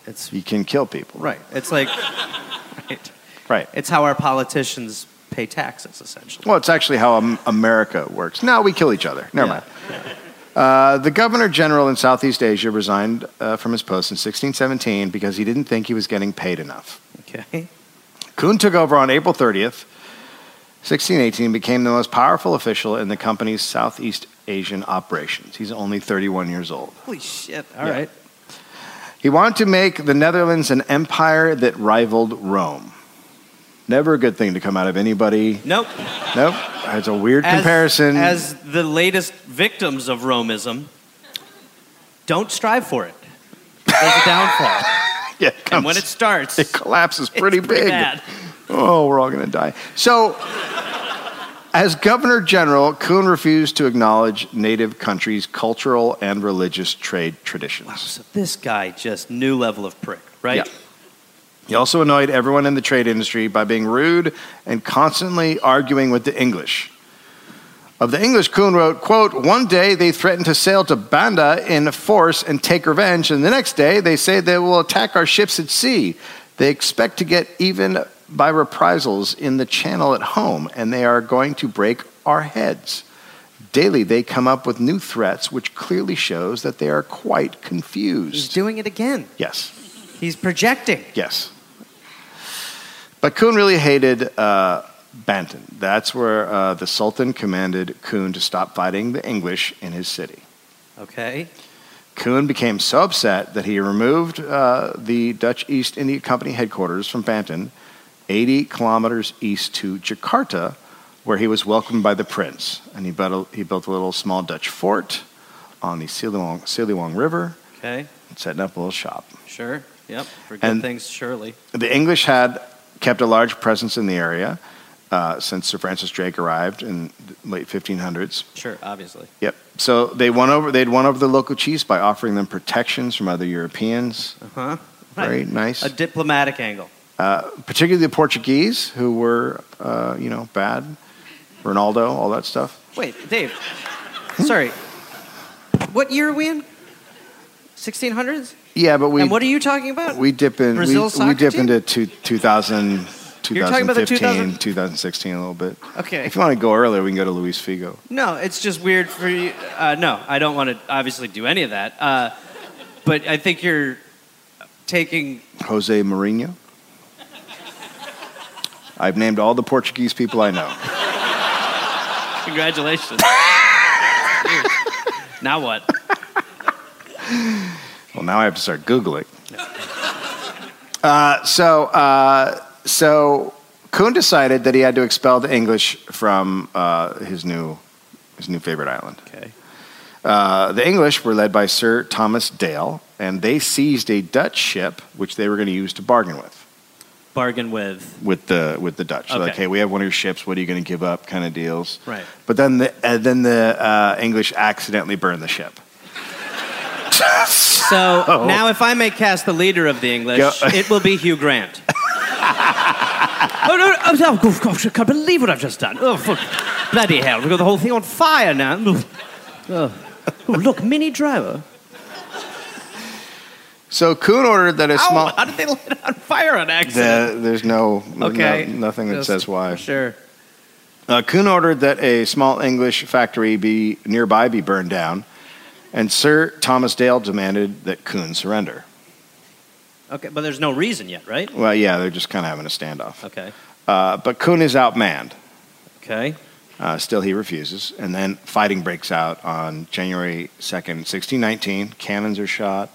D: It's
H: you can kill people.
D: Right. It's like, right.
H: Right.
D: It's how our politicians pay taxes, essentially.
H: Well, it's actually how Am- America works. No, we kill each other. Never
D: Yeah.
H: mind. Uh, the governor general in Southeast Asia resigned uh, from his post in 1617 because he didn't think he was getting paid enough.
D: Okay.
H: Kuhn took over on April 30th, 1618, and became the most powerful official in the company's Southeast Asian operations. He's only 31 years old.
D: Holy shit. All right.
H: Yeah. He wanted to make the Netherlands an empire that rivaled Rome. Never a good thing to come out of anybody.
D: Nope.
H: Nope. It's a weird
D: As-
H: comparison.
D: As the latest victims of Romism, don't strive for it. There's a downfall.
H: yeah,
D: and when
H: comes-
D: it starts,
H: it collapses pretty
D: it's pretty
H: big.
D: bad.
H: Oh, we're all going to die. So, as governor general, Kuhn refused to acknowledge native countries' cultural and religious trade traditions.
D: So this guy just new level of prick, right?
H: Yeah. He also annoyed everyone in the trade industry by being rude and constantly arguing with the English. Of the English, Kuhn wrote, quote, One day they threaten to sail to Banda in force and take revenge, and the next day they say they will attack our ships at sea. They expect to get even by reprisals in the channel at home, and they are going to break our heads. Daily they come up with new threats, which clearly shows that they are quite
D: He's
H: confused.
D: doing it again.
H: yes.
D: He's projecting.
H: Yes. But Kuhn really hated uh, Banten. That's where uh, the Sultan commanded Kuhn to stop fighting the English in his city.
D: Okay.
H: Kuhn became so upset that he removed uh, the Dutch East India Company headquarters from Banten, 80 kilometers east to Jakarta, where he was welcomed by the prince. And he built a, he built a little small Dutch fort on the Siliwang, Siliwang River,
D: Okay.
H: setting up a little shop.
D: Sure. Yep. For good
H: And-
D: things, surely.
H: the English had kept a large presence in the area uh, since Sir Francis Drake arrived in the late 1500s.
D: Sure. Obviously.
H: Yep. So they won over. They'd won over the local chiefs by offering them protections from other Europeans.
D: Uh huh.
H: Very nice.
D: A diplomatic angle.
H: Uh, particularly the Portuguese, who were, uh, you know, bad. Ronaldo, all that stuff.
D: Wait, Dave. Sorry. What year are we in? 1600s?
H: Yeah, but we
D: and what are you talking about?
H: we dip in
D: Brazil
H: we, we
D: soccer
H: dip
D: team?
H: into two, 2000,
D: You're talking about the
H: 2015, 2016 a little bit.
D: okay.
H: If you want to go earlier, we can go to Luis Figo.
D: No, it's just weird for you. Uh, no, I don't want to obviously do any of that. Uh, but I think you're taking.
H: Jose Mourinho. I've named all the Portuguese people I know.
D: Congratulations. now what?
H: Well, now I have to start googling. Uh, so, uh, so Kuhn decided that he had to expel the English from uh, his new his new favorite island.
D: Okay.
H: Uh, the English were led by Sir Thomas Dale, and they seized a Dutch ship which they were going to use to bargain with
D: Bargain with.
H: with the with the Dutch. So like,
D: Okay.
H: hey, we have one of your ships. What are you going to give up? Kind of deals.
D: Right.
H: But then the uh, then the uh, English accidentally burned the ship.
D: So now, if I may cast the leader of the English,
H: Oh, Go-
D: it will be Hugh Grant. oh, no, oh, no, oh, gosh, I can't believe what I've just done. Oh, fuck. bloody hell. We've got the whole thing on fire now. Oh, Oh, look, mini dryer.
H: So Kuhn ordered that a small.
D: Ow, how did they light it on fire on accident?
H: The, there's no,
D: okay.
H: no- nothing that
D: Just-
H: says why.
D: Sure.
H: Uh, Kuhn ordered that a small English factory be nearby be burned down, and Sir Thomas Dale demanded that Kuhn surrender.
D: Okay, but there's no reason yet, right?
H: Well, yeah, they're just kind of having a standoff.
D: Okay.
H: Uh, but Kuhn is outmanned.
D: Okay.
H: Uh, still, he refuses, and then fighting breaks out on January second, sixteen nineteen. Cannons are shot.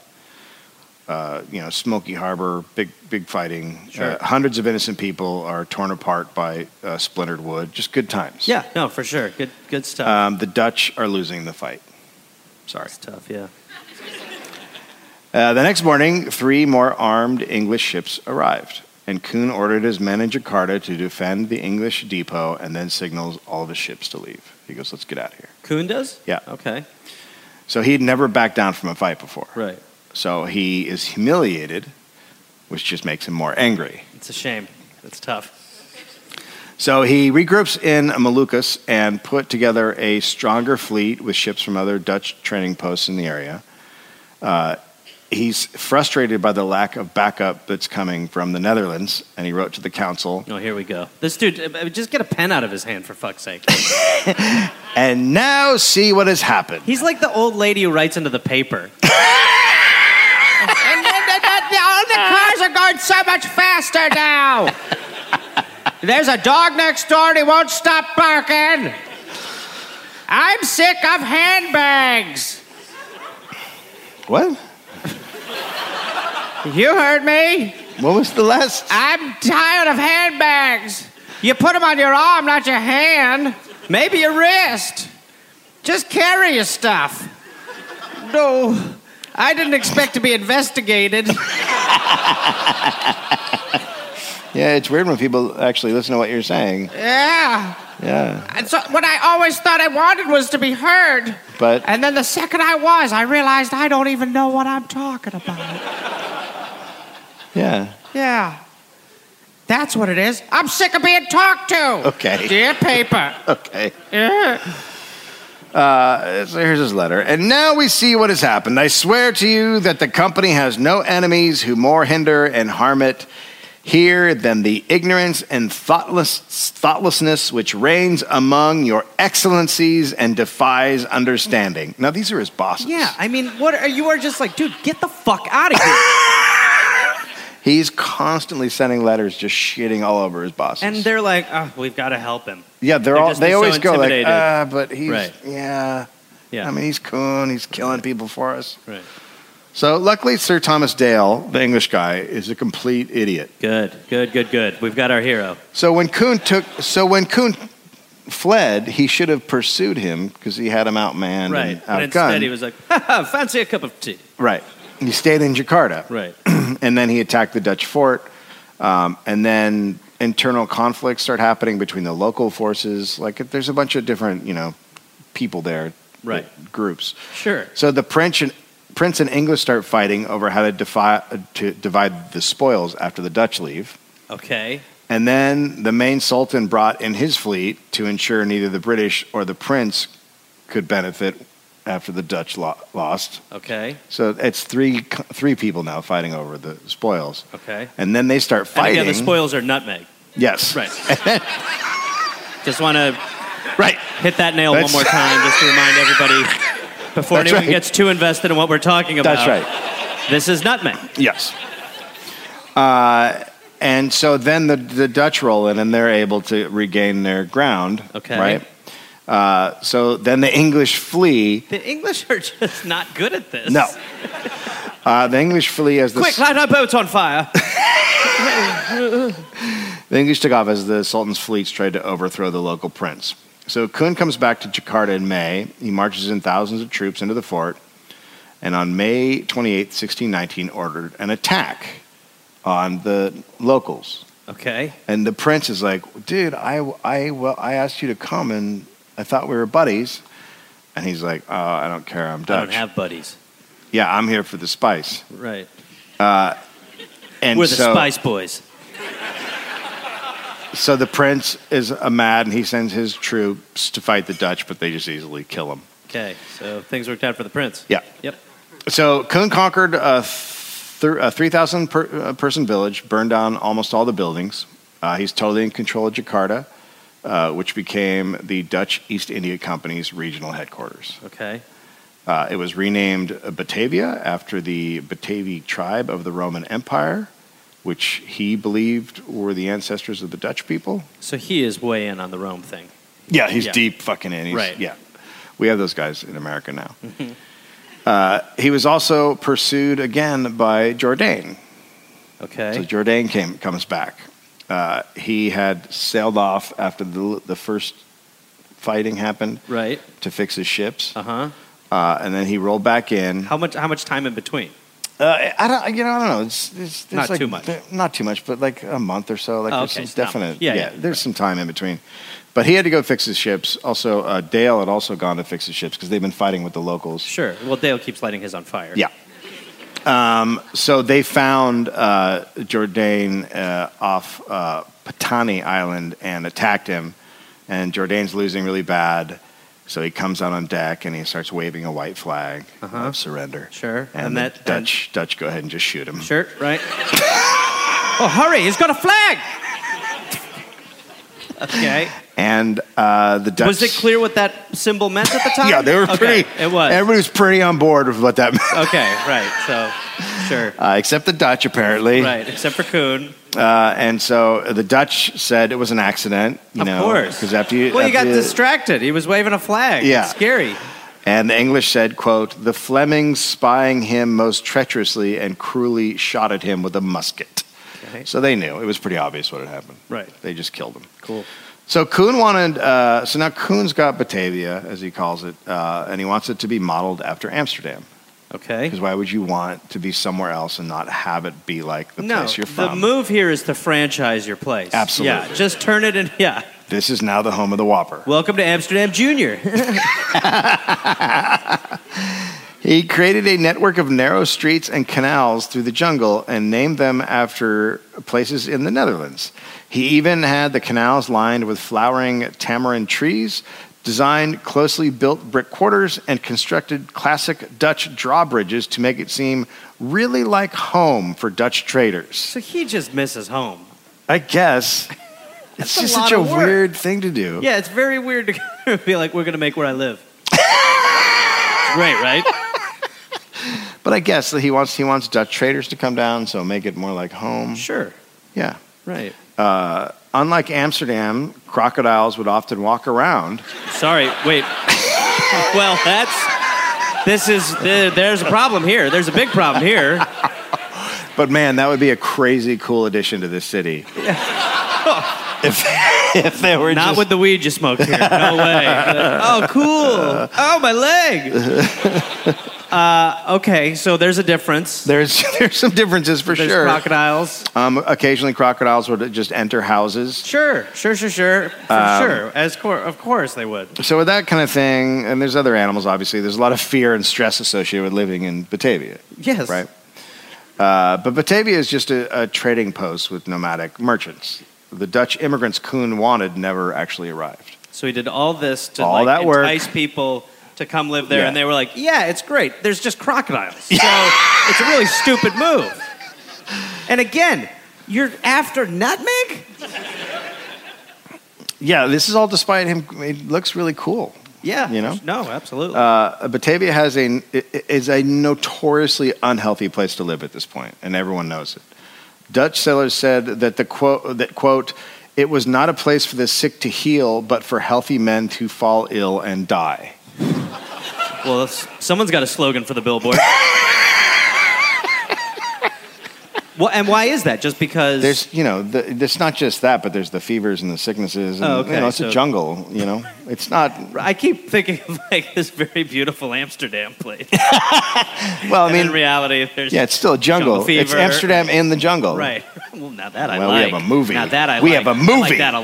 H: Uh, you know, Smoky Harbor, big, big fighting.
D: Sure.
H: Uh, hundreds of innocent people are torn apart by uh, splintered wood. Just good times.
D: Yeah, no, for sure. Good good stuff.
H: Um, the Dutch are losing the fight.
D: Sorry. It's tough, yeah.
H: Uh, the next morning, three more armed English ships arrived, and Kuhn ordered his men in Jakarta to defend the English depot and then signals all of his ships to leave. He goes, let's get out of here.
D: Kuhn does?
H: Yeah.
D: Okay.
H: So he had never backed down from a fight before.
D: Right.
H: So he is humiliated, which just makes him more angry.
D: It's a shame. It's tough.
H: So he regroups in Malucas and put together a stronger fleet with ships from other Dutch training posts in the area. Uh, he's frustrated by the lack of backup that's coming from the Netherlands, and he wrote to the council.
D: Oh, here we go. This dude, uh, just get a pen out of his hand for fuck's sake.
H: And now see what has happened.
D: He's like the old lady who writes into the paper.
F: cars are going so much faster now. There's a dog next door and he won't stop barking. I'm sick of handbags.
H: What?
F: You heard me.
H: What was the last?
F: I'm tired of handbags. You put them on your arm, not your hand. Maybe your wrist. Just carry your stuff. No, I didn't expect to be investigated.
H: Yeah, it's weird when people actually listen to what you're saying.
F: Yeah.
H: Yeah,
F: And so what I always thought I wanted was to be heard.
H: but
F: And then the second I was, I realized I don't even know what I'm talking about.
H: yeah.
F: Yeah. That's what it is. I'm sick of being talked to.
H: Okay.
F: Dear paper.
H: Okay.
F: Yeah.
H: Uh, so here's his letter. And now we see what has happened. I swear to you that the company has no enemies who more hinder and harm it here than the ignorance and thoughtless, thoughtlessness which reigns among your excellencies and defies understanding. Now, these are his bosses.
D: Yeah, I mean, what are you are just like, dude, get the fuck out of here.
H: He's constantly sending letters just shitting all over his bosses.
D: and they're like, oh, we've got to help him.
H: yeah, they're,
D: they're
H: all,
D: just
H: they
D: so
H: always go like,
D: intimidated.
H: ah, but he's,
D: Right.
H: yeah.
D: Yeah.
H: I mean, he's coon. He's killing people for us.
D: Right.
H: So luckily, Sir Thomas Dale, the English guy, is a complete idiot.
D: Good, good, good, good. We've got our hero.
H: So when Kuhn took, so when Kuhn fled, he should have pursued him because he had him outmanned
D: right.
H: and
D: But
H: outgunned.
D: instead, he was like, "Haha, fancy a cup of tea.
H: right. He stayed in Jakarta,
D: Right.
H: and then he attacked the Dutch fort, um, and then internal conflicts start happening between the local forces. Like there's a bunch of different, you know, people there,
D: Right.
H: Groups.
D: Sure.
H: So the French and Prince and English start fighting over how to, defi- to divide the spoils after the Dutch leave.
D: Okay.
H: And then the main sultan brought in his fleet to ensure neither the British or the prince could benefit after the Dutch lo- lost.
D: Okay.
H: So it's three co- three people now fighting over the spoils.
D: Okay.
H: And then they start
D: And
H: fighting.
D: again, the spoils are nutmeg.
H: yes.
D: Right. just want to
H: Right.
D: hit that nail
H: That's-
D: one more time, just to remind everybody before
H: That's
D: anyone
H: right.
D: gets too invested in what we're talking about.
H: That's right.
D: This is nutmeg.
H: Yes. Uh, and so then the, the Dutch roll in and they're able to regain their ground.
D: Okay.
H: Right. Uh, so then the English flee.
D: The English are just not good at this.
H: No. Uh, the English flee as the,
D: Quick, light our boats on fire.
H: the English took off as the Sultan's fleets tried to overthrow the local prince. So Kun comes back to Jakarta in May. He marches in thousands of troops into the fort, and on May 28, 1619, ordered an attack on the locals.
D: Okay.
H: And the prince is like, dude, I, I, well, I asked you to come and I thought we were buddies. And he's like, oh, I don't care. I'm
D: I
H: Dutch.
D: don't have buddies.
H: yeah, I'm here for the spice.
D: Right.
H: And
D: we're the
H: so,
D: Spice Boys.
H: so the prince is a mad and he sends his troops to fight the Dutch, but they just easily kill him.
D: Okay. So things worked out for the prince.
H: Yeah.
D: Yep.
H: So Kun conquered a, th- a 3,000 per- uh, person village, burned down almost all the buildings. Uh, he's totally in control of Jakarta, uh, which became the Dutch East India Company's regional headquarters.
D: Okay.
H: Uh, it was renamed Batavia after the Batavi tribe of the Roman Empire, which he believed were the ancestors of the Dutch people.
D: So he is way in on the Rome thing.
H: Yeah, he's
D: Yeah.
H: deep fucking in. He's,
D: Right.
H: Yeah. Mm-hmm. We have those guys in America now. uh, he was also pursued again by Jourdain.
D: Okay.
H: So Jourdain came, comes back. Uh, he had sailed off after the, the first fighting happened
D: right.
H: to fix his ships.
D: Uh huh.
H: Uh, and then he rolled back in.
D: How much? How much time in between?
H: Uh, I don't, you know, I don't know. It's, it's, there's
D: Not
H: like-
D: too much.
H: there- Not too much, but like a month or so. Like
D: Oh,
H: there's
D: okay,
H: some
D: it's not much.
H: definite.
D: Yeah,
H: Yeah,
D: yeah,
H: there's some time in between. But he had to go fix his ships. Also, uh, Dale had also gone to fix his ships because they've been fighting with the locals.
D: Sure. Well, Dale keeps lighting his on fire.
H: Yeah. Um, so they found uh, Jourdain uh, off uh, Patani Island and attacked him. And Jourdain's losing really bad. So he comes out on deck and he starts waving a white flag of surrender.
D: Uh-huh. Sure.
H: And,
D: And
H: the
D: that-
H: Dutch Dutch go ahead and just shoot him.
D: Sure. Right. oh, hurry! He's got a flag. Okay.
H: and uh, the Dutch.
D: Was it clear what that symbol meant at the time?
H: Yeah, they were
D: Okay,
H: pretty.
D: It was.
H: Everybody was pretty on board with what that meant,
D: okay. Right. So, sure.
H: uh, except the Dutch apparently.
D: Right. Except for Coon.
H: Uh, and so the Dutch said it was an accident. You
D: Of
H: know,
D: course.
H: because after you,
D: Well, you got
H: after
D: distracted. He was waving a flag.
H: Yeah.
D: It's scary.
H: And the English said, "quote The Flemings spying him most treacherously and cruelly shot at him with a musket."
D: Okay.
H: So they knew it was pretty obvious what had happened.
D: Right.
H: They just killed him.
D: Cool.
H: So Kuhn wanted. Uh, so now Kuhn's got Batavia, as he calls it, uh, and he wants it to be modeled after Amsterdam.
D: Okay.
H: Because why would you want to be somewhere else and not have it be like the
D: No,
H: place you're
D: the
H: from?
D: move here is to franchise your place.
H: Absolutely.
D: Yeah, just turn it in. Yeah.
H: this is now the home of the Whopper.
D: Welcome to Amsterdam Junior.
H: He created a network of narrow streets and canals through the jungle and named them after places in the Netherlands. He even had the canals lined with flowering tamarind trees, designed closely built brick quarters, and constructed classic Dutch drawbridges to make it seem really like home for Dutch traders.
D: so he just misses home.
H: I guess. It's
D: a
H: just
D: lot
H: such a
D: of work.
H: weird thing to do.
D: Yeah, it's very weird to be like, we're going to make where I live. It's Great, right?
H: But I guess that he wants he wants Dutch traders to come down, so make it more like home.
D: Sure.
H: Yeah.
D: Right.
H: Uh, unlike Amsterdam, crocodiles would often walk around.
D: Sorry. Wait. well, that's. This is. There, there's a problem here. There's a big problem here.
H: But man, that would be a crazy cool addition to this city. if, if they were
D: Not
H: just,
D: with the weed you smoked here. No way. oh, cool. Oh, my leg. Uh, okay, so there's a difference.
H: there's there's some differences for
D: There's
H: sure.
D: crocodiles.
H: um, occasionally, crocodiles would just enter houses.
D: Sure, sure, sure, sure. For
H: Um,
D: sure. As cor- of course they would.
H: So with that kind of thing, and there's other animals. Obviously, there's a lot of fear and stress associated with living in Batavia.
D: Yes.
H: Right. Uh, but Batavia is just a, a trading post with nomadic merchants. the Dutch immigrants Kuhn wanted never actually arrived.
D: So he did all this to
H: All
D: like,
H: that work.
D: entice people to come live there,
H: Yeah.
D: and they were like, "Yeah, it's great. There's just crocodiles, so it's a really stupid move." And again, you're after nutmeg.
H: Yeah, this is all despite him. It looks really cool.
D: Yeah,
H: You know?
D: no, absolutely.
H: Uh, Batavia has a is a notoriously unhealthy place to live at this point, and everyone knows it. Dutch sailors said that the quote that quote it was not a place for the sick to heal, but for healthy men to fall ill and die.
D: well, s- someone's got a slogan for the billboard. well, and why is that? Just because
H: There's you know the, it's not just that, but there's the fevers and the sicknesses. And,
D: Oh, okay,
H: you know, it's
D: so-
H: a jungle. You know, it's not.
D: I keep thinking of like this very beautiful Amsterdam place.
H: Well, I
D: and in
H: mean,
D: reality, there's
H: yeah, it's still a jungle.
D: Jungle
H: it's
D: fever.
H: Amsterdam in the jungle.
D: Right. Well, now that I
H: Well, we
D: like.
H: have a movie.
D: Now that I
H: We
D: like.
H: have a
D: I like
H: movie.
D: that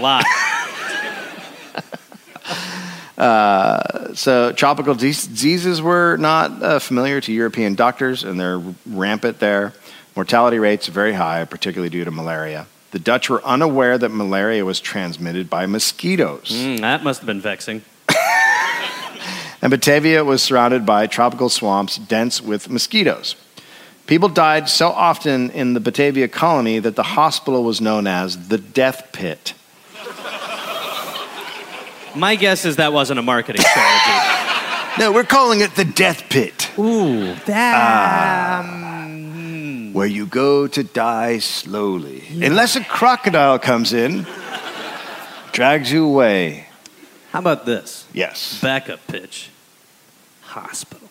D: a lot.
H: So tropical dis- diseases were not uh, familiar to European doctors, and they're rampant there. Mortality rates are very high, particularly due to malaria. The Dutch were unaware that malaria was transmitted by mosquitoes.
D: Mm, that must have been vexing.
H: And Batavia was surrounded by tropical swamps dense with mosquitoes. People died so often in the Batavia colony that the hospital was known as the death pit.
D: My guess is that wasn't a marketing strategy.
H: No, we're calling it the death pit,
D: Ooh, that. um,
H: where you go to die slowly. Unless a crocodile comes in, drags you away.
D: how about this
H: Yes.
D: backup pitch? Hospital.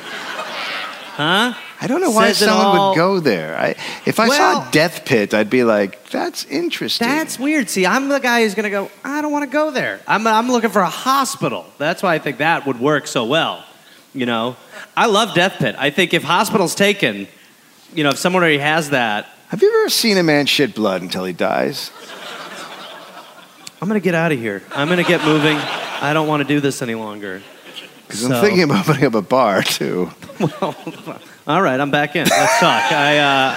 D: Huh?
H: I don't know why
D: Says it
H: someone
D: all.
H: would go there. I, if I
D: Well-
H: saw a death pit, I'd be like, that's interesting.
D: That's weird. See, I'm the guy who's gonna go. I don't want to go there. I'm I'm looking for a hospital. That's why I think that would work so well. You know, I love Death Pit. I think if hospital's taken, you know, if someone already has that,
H: Have you ever seen a man shit blood until he dies?
D: I'm gonna get out of here. I'm gonna get moving. I don't want to do this any longer.
H: Because I'm
D: So-
H: thinking about putting up a bar too.
D: All right, I'm back in. Let's talk. I uh,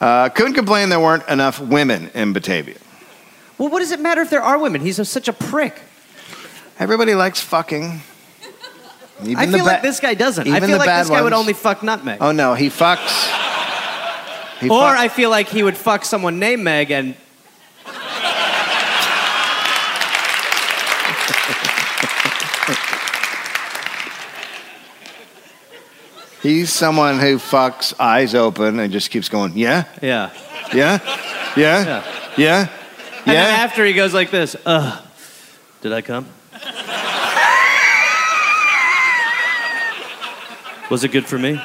H: Uh, couldn't complain there weren't enough women in Batavia.
D: well, what does it matter if there are women? He's a, such a prick.
H: Everybody likes fucking. Even
D: I
H: the
D: feel like
H: ba-
D: this guy doesn't. I
H: even
D: feel
H: the
D: like
H: bad
D: this guy would
H: ones.
D: only fuck nutmeg.
H: Oh no, he fucks. He
D: or
H: fucks.
D: I feel like he would fuck someone named Meg and.
H: He's someone who fucks eyes open and just keeps going. Yeah,
D: Yeah.
H: yeah, yeah, yeah, yeah.
D: And then after he goes like this, ugh, did I come? Was it good for me?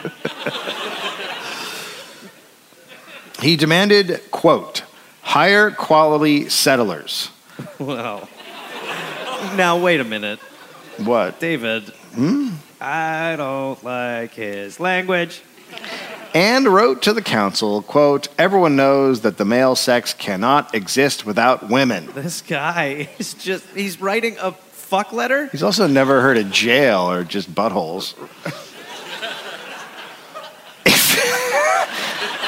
H: he demanded quote higher quality settlers.
D: Well, now wait a minute,
H: What?
D: David.
H: Hmm?
D: I don't like his language.
H: and wrote to the council quote everyone knows that the male sex cannot exist without women
D: This guy is just—he's writing a fuck letter.
H: he's also never heard of jail or just buttholes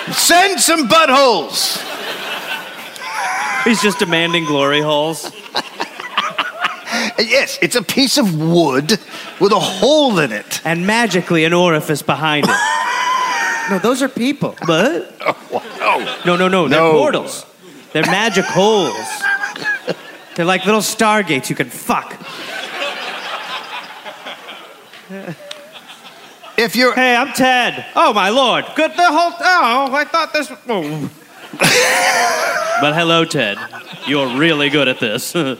H: send some buttholes
D: He's just demanding glory holes.
H: yes it's a piece of wood with a hole in it
D: and magically an orifice behind it. no, those are people. But no, no, no, they're
H: No.
D: portals. They're magic holes. They're like little stargates you can fuck.
H: if you're
D: Hey, I'm Ted. Oh my lord, good the whole. Oh, I thought this. Oh. but hello, Ted. You're really good at this.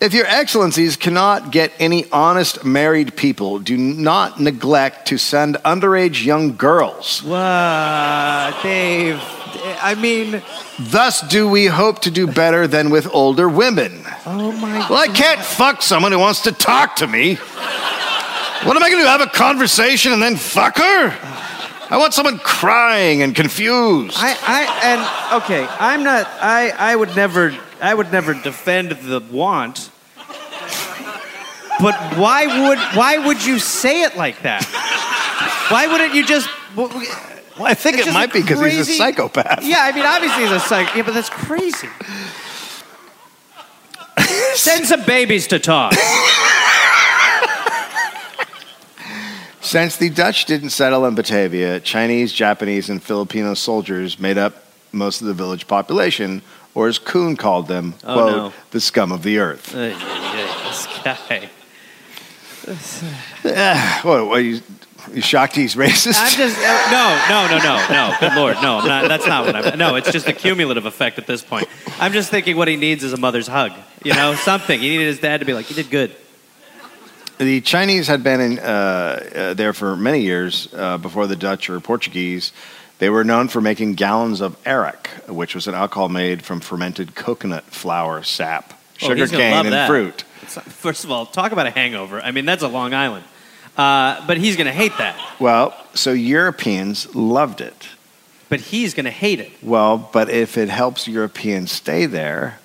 H: If your excellencies cannot get any honest married people, do not neglect to send underage young girls.
D: wow, Dave. I mean,
H: Thus do we hope to do better than with older women.
D: oh my.
H: Well, I can't fuck someone who wants to talk to me. What am I going to do? Have a conversation and then fuck her? I want someone crying and confused.
D: I, I, and okay, I'm not. I, I would never. I would never defend the want. But why would why would you say it like that? Why wouldn't you just?
H: Well, I think
F: It's
H: it
F: just
H: might be because he's a
F: crazy-
H: psychopath.
F: Yeah, I mean, obviously he's a psych. Yeah, but that's crazy.
D: Send some babies to talk.
H: Since the Dutch didn't settle in Batavia, Chinese, Japanese, and Filipino soldiers made up most of the village population, or as Kuhn called them,
D: Oh,
H: quote,
D: no.
H: the scum of the earth.
D: Ay, ay, ay, this guy.
H: What, what, you, you shocked he's racist?
D: I'm just uh, no, no, no, no, no. Good lord, no. I'm not, that's not what I'm. No, it's just a cumulative effect at this point. I'm just thinking what he needs is a mother's hug. You know, something. He needed his dad to be like, "You did good."
H: The Chinese had been in, uh, uh, there for many years uh, before the Dutch or Portuguese. They were known for making gallons of arak, which was an alcohol made from fermented coconut flower sap,
D: Oh,
H: sugar
D: he's gonna love
H: cane, and
D: that.
H: fruit.
D: It's not- First of all, talk about a hangover. I mean, that's a Long Island. Uh, but he's gonna hate that.
H: Well, so Europeans loved it.
D: But he's gonna hate it.
H: Well, but if it helps Europeans stay there,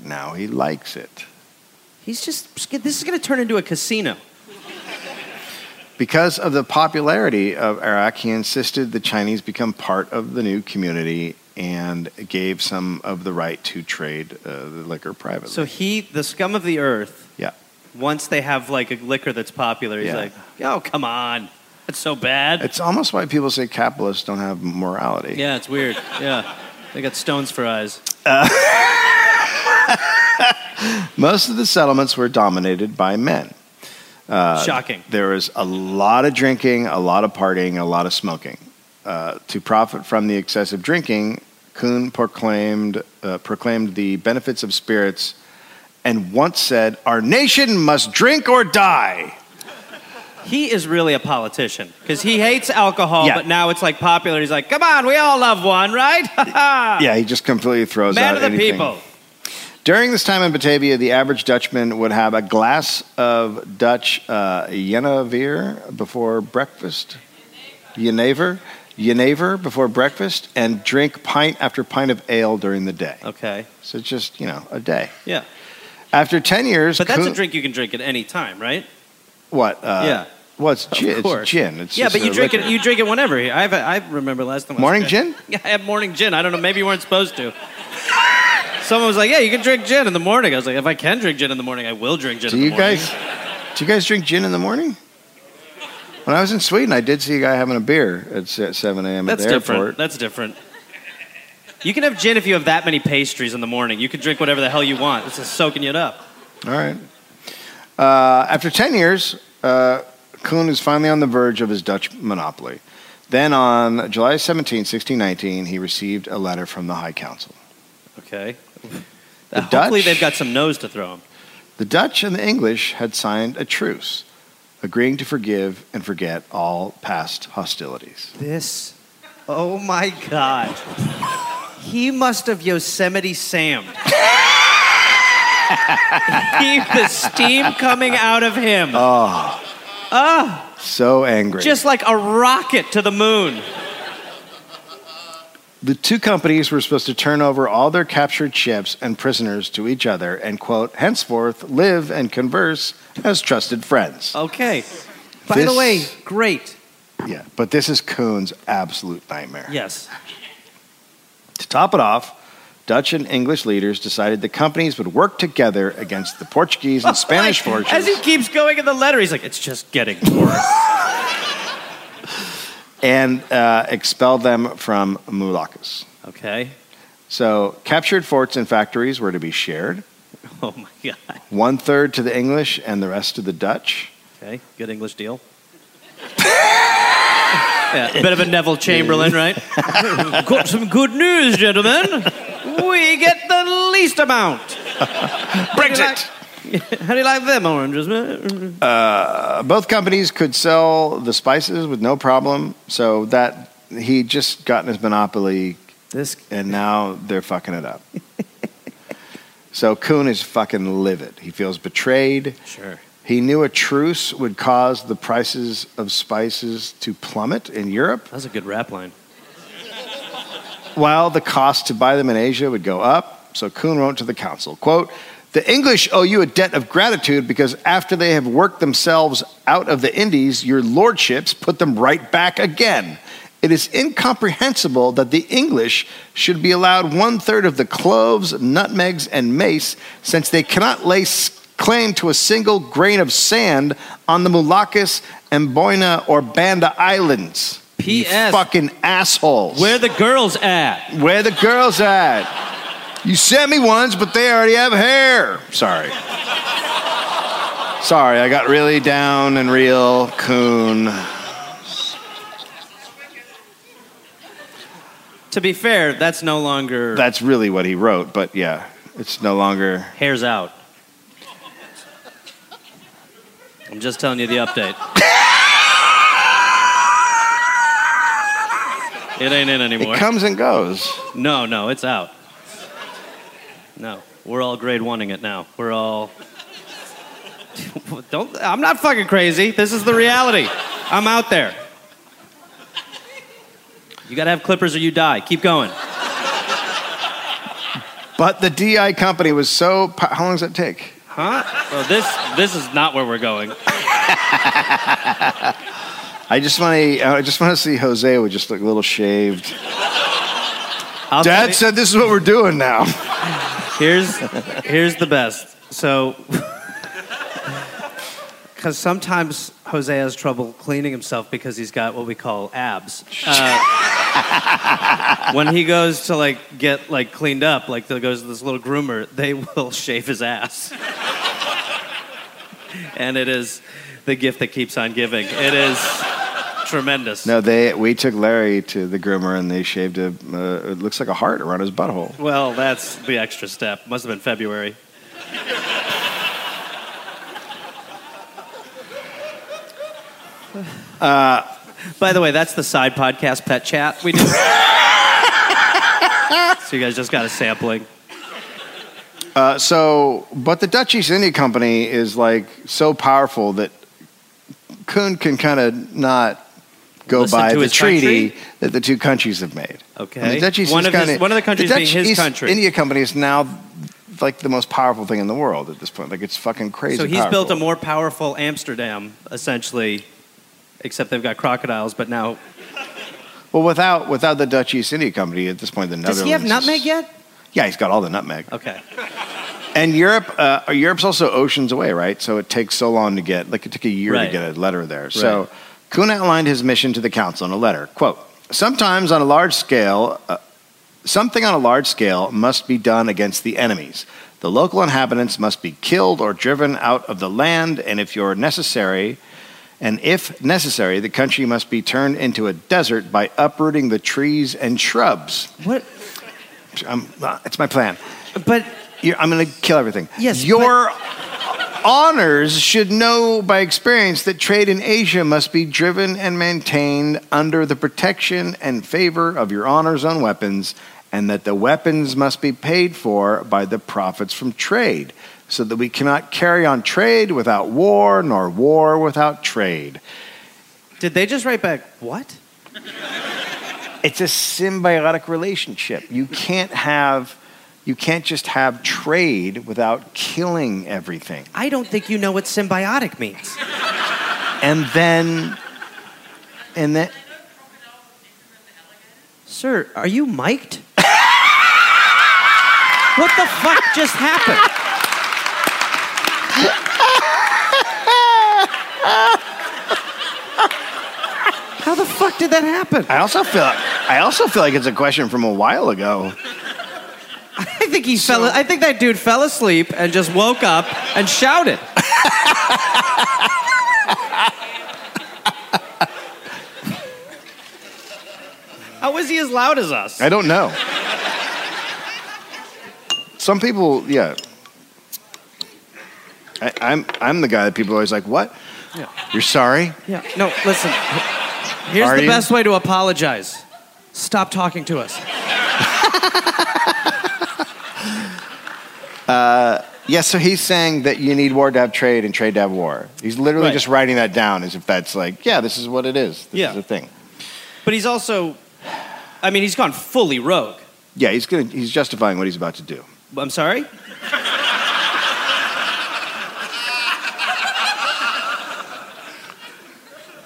H: now he likes it.
D: He's just. This is gonna turn into a casino.
H: Because of the popularity of Iraq, he insisted the Chinese become part of the new community and gave some of the right to trade uh, the liquor privately.
D: So he, the scum of the earth.
H: Yeah.
D: Once they have like a liquor that's popular, he's
H: Yeah.
D: like, "Oh, come on, that's so bad."
H: it's almost why people say capitalists don't have morality.
D: Yeah, it's weird. Yeah. They got stones for eyes.
H: Most of the settlements were dominated by men. Uh,
D: Shocking.
H: There was a lot of drinking, a lot of partying, a lot of smoking. Uh, to profit from the excessive drinking, Kuhn proclaimed, uh, proclaimed the benefits of spirits and once said, Our nation must drink or die.
D: He is really a politician because he hates alcohol,
H: Yeah.
D: but now it's like popular. He's like, come on, we all love one, right?
H: Yeah, he just completely throws
D: Man
H: out
D: of the
H: anything.
D: people.
H: During this time in Batavia, the average Dutchman would have a glass of Dutch uh, Jenever before breakfast. Jenever? Jenever before breakfast and drink pint after pint of ale during the day.
D: Okay.
H: So it's just, you know, a day.
D: Yeah.
H: After 10 years.
D: But that's a
H: Kuhn-
D: drink you can drink at any time, right?
H: What? Uh,
D: Yeah.
H: Well, it's gin.
D: course.
H: It's gin. It's
D: yeah,
H: just
D: but you
H: a
D: drink
H: liquor.
D: it. You drink it whenever. I have. A, I remember last time. I was
H: Morning
D: there.
H: gin?
D: Yeah, I had morning gin. I don't know. Maybe you weren't supposed to. Someone was like, "Yeah, you can drink gin in the morning." I was like, "If I can drink gin in the morning, I will drink gin
H: Do
D: in the
H: you
D: morning."
H: guys? Do you guys drink gin in the morning? When I was in Sweden, I did see a guy having a beer at se- 7 a.m.
D: That's
H: at the
D: different.
H: airport.
D: That's different. You can have gin if you have that many pastries in the morning. You can drink whatever the hell you want. It's just soaking it up.
H: All right. Uh, after 10 years, uh, Kuhn is finally on the verge of his Dutch monopoly. Then on July 17, 1619, he received a letter from the High Council.
D: Okay.
H: The
D: Hopefully
H: Dutch-
D: they've got some nose to throw him.
H: The Dutch and the English had signed a truce, agreeing to forgive and forget all past hostilities.
D: This. Oh my God. He must have Yosemite Sam. he, the steam coming out of him,
H: So angry.
D: just like a rocket to the moon.
H: the two companies were supposed to turn over all their captured ships and prisoners to each other and, quote, henceforth live and converse as trusted friends.
D: Okay. By the
H: This-
D: way, great.
H: Yeah, but this is Kuhn's absolute nightmare.
D: Yes.
H: To top it off, Dutch and English leaders decided the companies would work together against the Portuguese and Spanish
D: Like,
H: forces
D: Oh As he keeps going in the letter, he's like, it's just getting worse.
H: and uh, expel them from Moluccas.
D: okay.
H: So, captured forts and factories were to be shared,
D: Oh my God.
H: one third to the English and the rest to the Dutch.
D: Okay. Good English deal. yeah, a bit of a Neville Chamberlain, right? Got some good news, gentlemen. We get the least amount.
H: Brexit!
D: How do you like them oranges, man?
H: Uh, both companies could sell the spices with no problem, so that he just gotten his monopoly
D: This
H: and now they're fucking it up. so Kuhn is fucking livid. He feels betrayed.
D: sure.
H: He knew a truce would cause the prices of spices to plummet in Europe,
D: That's a good rap line.
H: while the cost to buy them in Asia would go up. So Kuhn wrote to the council, quote, the English owe you a debt of gratitude because after they have worked themselves out of the Indies, your lordships put them right back again. It is incomprehensible that the English should be allowed one third of the cloves, nutmegs, and mace, since they cannot lay s- claim to a single grain of sand on the Moluccas and Boina or Banda Islands. You
D: P.S.
H: Fucking assholes.
D: Where the girls at?
H: Where the girls at? You sent me ones, but they already have hair. Sorry. Sorry, I got really down and real coon.
D: To be fair, that's no longer
H: That's really what he wrote, but yeah, it's no longer.
D: hairs out. I'm just telling you the update. it ain't in anymore.
H: It comes and goes.
D: No, no, it's out. No, we're all grade oneing it now. We're all. Don't. I'm not fucking crazy. This is the reality. I'm out there. You gotta have clippers or you die. Keep going.
H: But the DI company was so. po- How long does that take?
D: Huh? Well, this this is not where we're going.
H: I just want to. I just want to see Jose with just like a little shaved.
D: I'll tell
H: Dad
D: you-
H: said this is what we're doing now.
D: here's here's the best. So, because sometimes Jose has trouble cleaning himself because he's got what we call abs. Uh, when he goes to like get like cleaned up, like he goes to this little groomer, they will shave his ass. and it is the gift that keeps on giving. It is tremendous.
H: No, they. We took Larry to the groomer and they shaved a. Uh, it looks like a heart around his butthole.
D: Well, that's the extra step. Must have been February. Uh, By the way, that's the side podcast pet chat we do. so you guys just got a sampling.
H: Uh, so, but the Dutch East India Company is like so powerful that Kuhn can kind of not go
D: Listen
H: by
D: to
H: the
D: his
H: treaty
D: country?
H: that the two countries have made. And
D: Okay.
H: the Dutch East
D: one,
H: is
D: of his-
H: kinda-
D: one of the countries
H: the Dutch
D: being his
H: East
D: country.
H: India Company is now like the most powerful thing in the world at this point. Like it's fucking crazy.
D: so he's built a
H: powerful.
D: more powerful Amsterdam, essentially, except they've got crocodiles, but now.
H: well without without the Dutch East India Company at this point the Netherlands.
D: Does he have
H: is-
D: nutmeg yet?
H: Yeah, he's got all the nutmeg.
D: Okay.
H: And Europe, uh, Europe's also oceans away, right? So it takes so long to get, like it took a year
D: Right.
H: to get a letter there. So Kuhn outlined his mission to the council in a letter. Quote, sometimes on a large scale, uh, something on a large scale must be done against the enemies. The local inhabitants must be killed or driven out of the land, and if you're necessary, and if necessary, the country must be turned into a desert by uprooting the trees and shrubs.
D: What?
H: I'm, uh, it's my plan.
D: But
H: You're, I'm going to kill everything.
D: Yes,
H: Your honors should know by experience that trade in Asia must be driven and maintained under the protection and favor of your honors on weapons, and that the weapons must be paid for by the profits from trade, so that we cannot carry on trade without war, nor war without trade.
D: did they just write back, what?
H: it's a symbiotic relationship. You can't have, you can't just have trade without killing everything.
D: I don't think you know what symbiotic means.
H: And then, and then,
D: Sir, are you mic'd? what the fuck just happened? How the fuck did that happen?
H: I also feel, I also feel like it's a question from a while ago.
D: I think he fell. I think that dude fell asleep and just woke up and shouted. How is he as loud as us?
H: I don't know. Some people, yeah. I, I'm, I'm the guy that people are always like, what?
D: Yeah.
H: You're sorry?
D: Yeah. No, listen. Here's
H: Are
D: the
H: you?
D: best way to apologize. Stop talking to us.
H: Yes, so he's saying that you need war to have trade and trade to have war. He's literally
D: Right.
H: just writing that down as if that's like, yeah, this is what it is. This
D: Yeah.
H: is the thing.
D: But he's also, I mean, he's gone fully rogue.
H: Yeah, he's gonna he's justifying what he's about to do.
D: I'm sorry?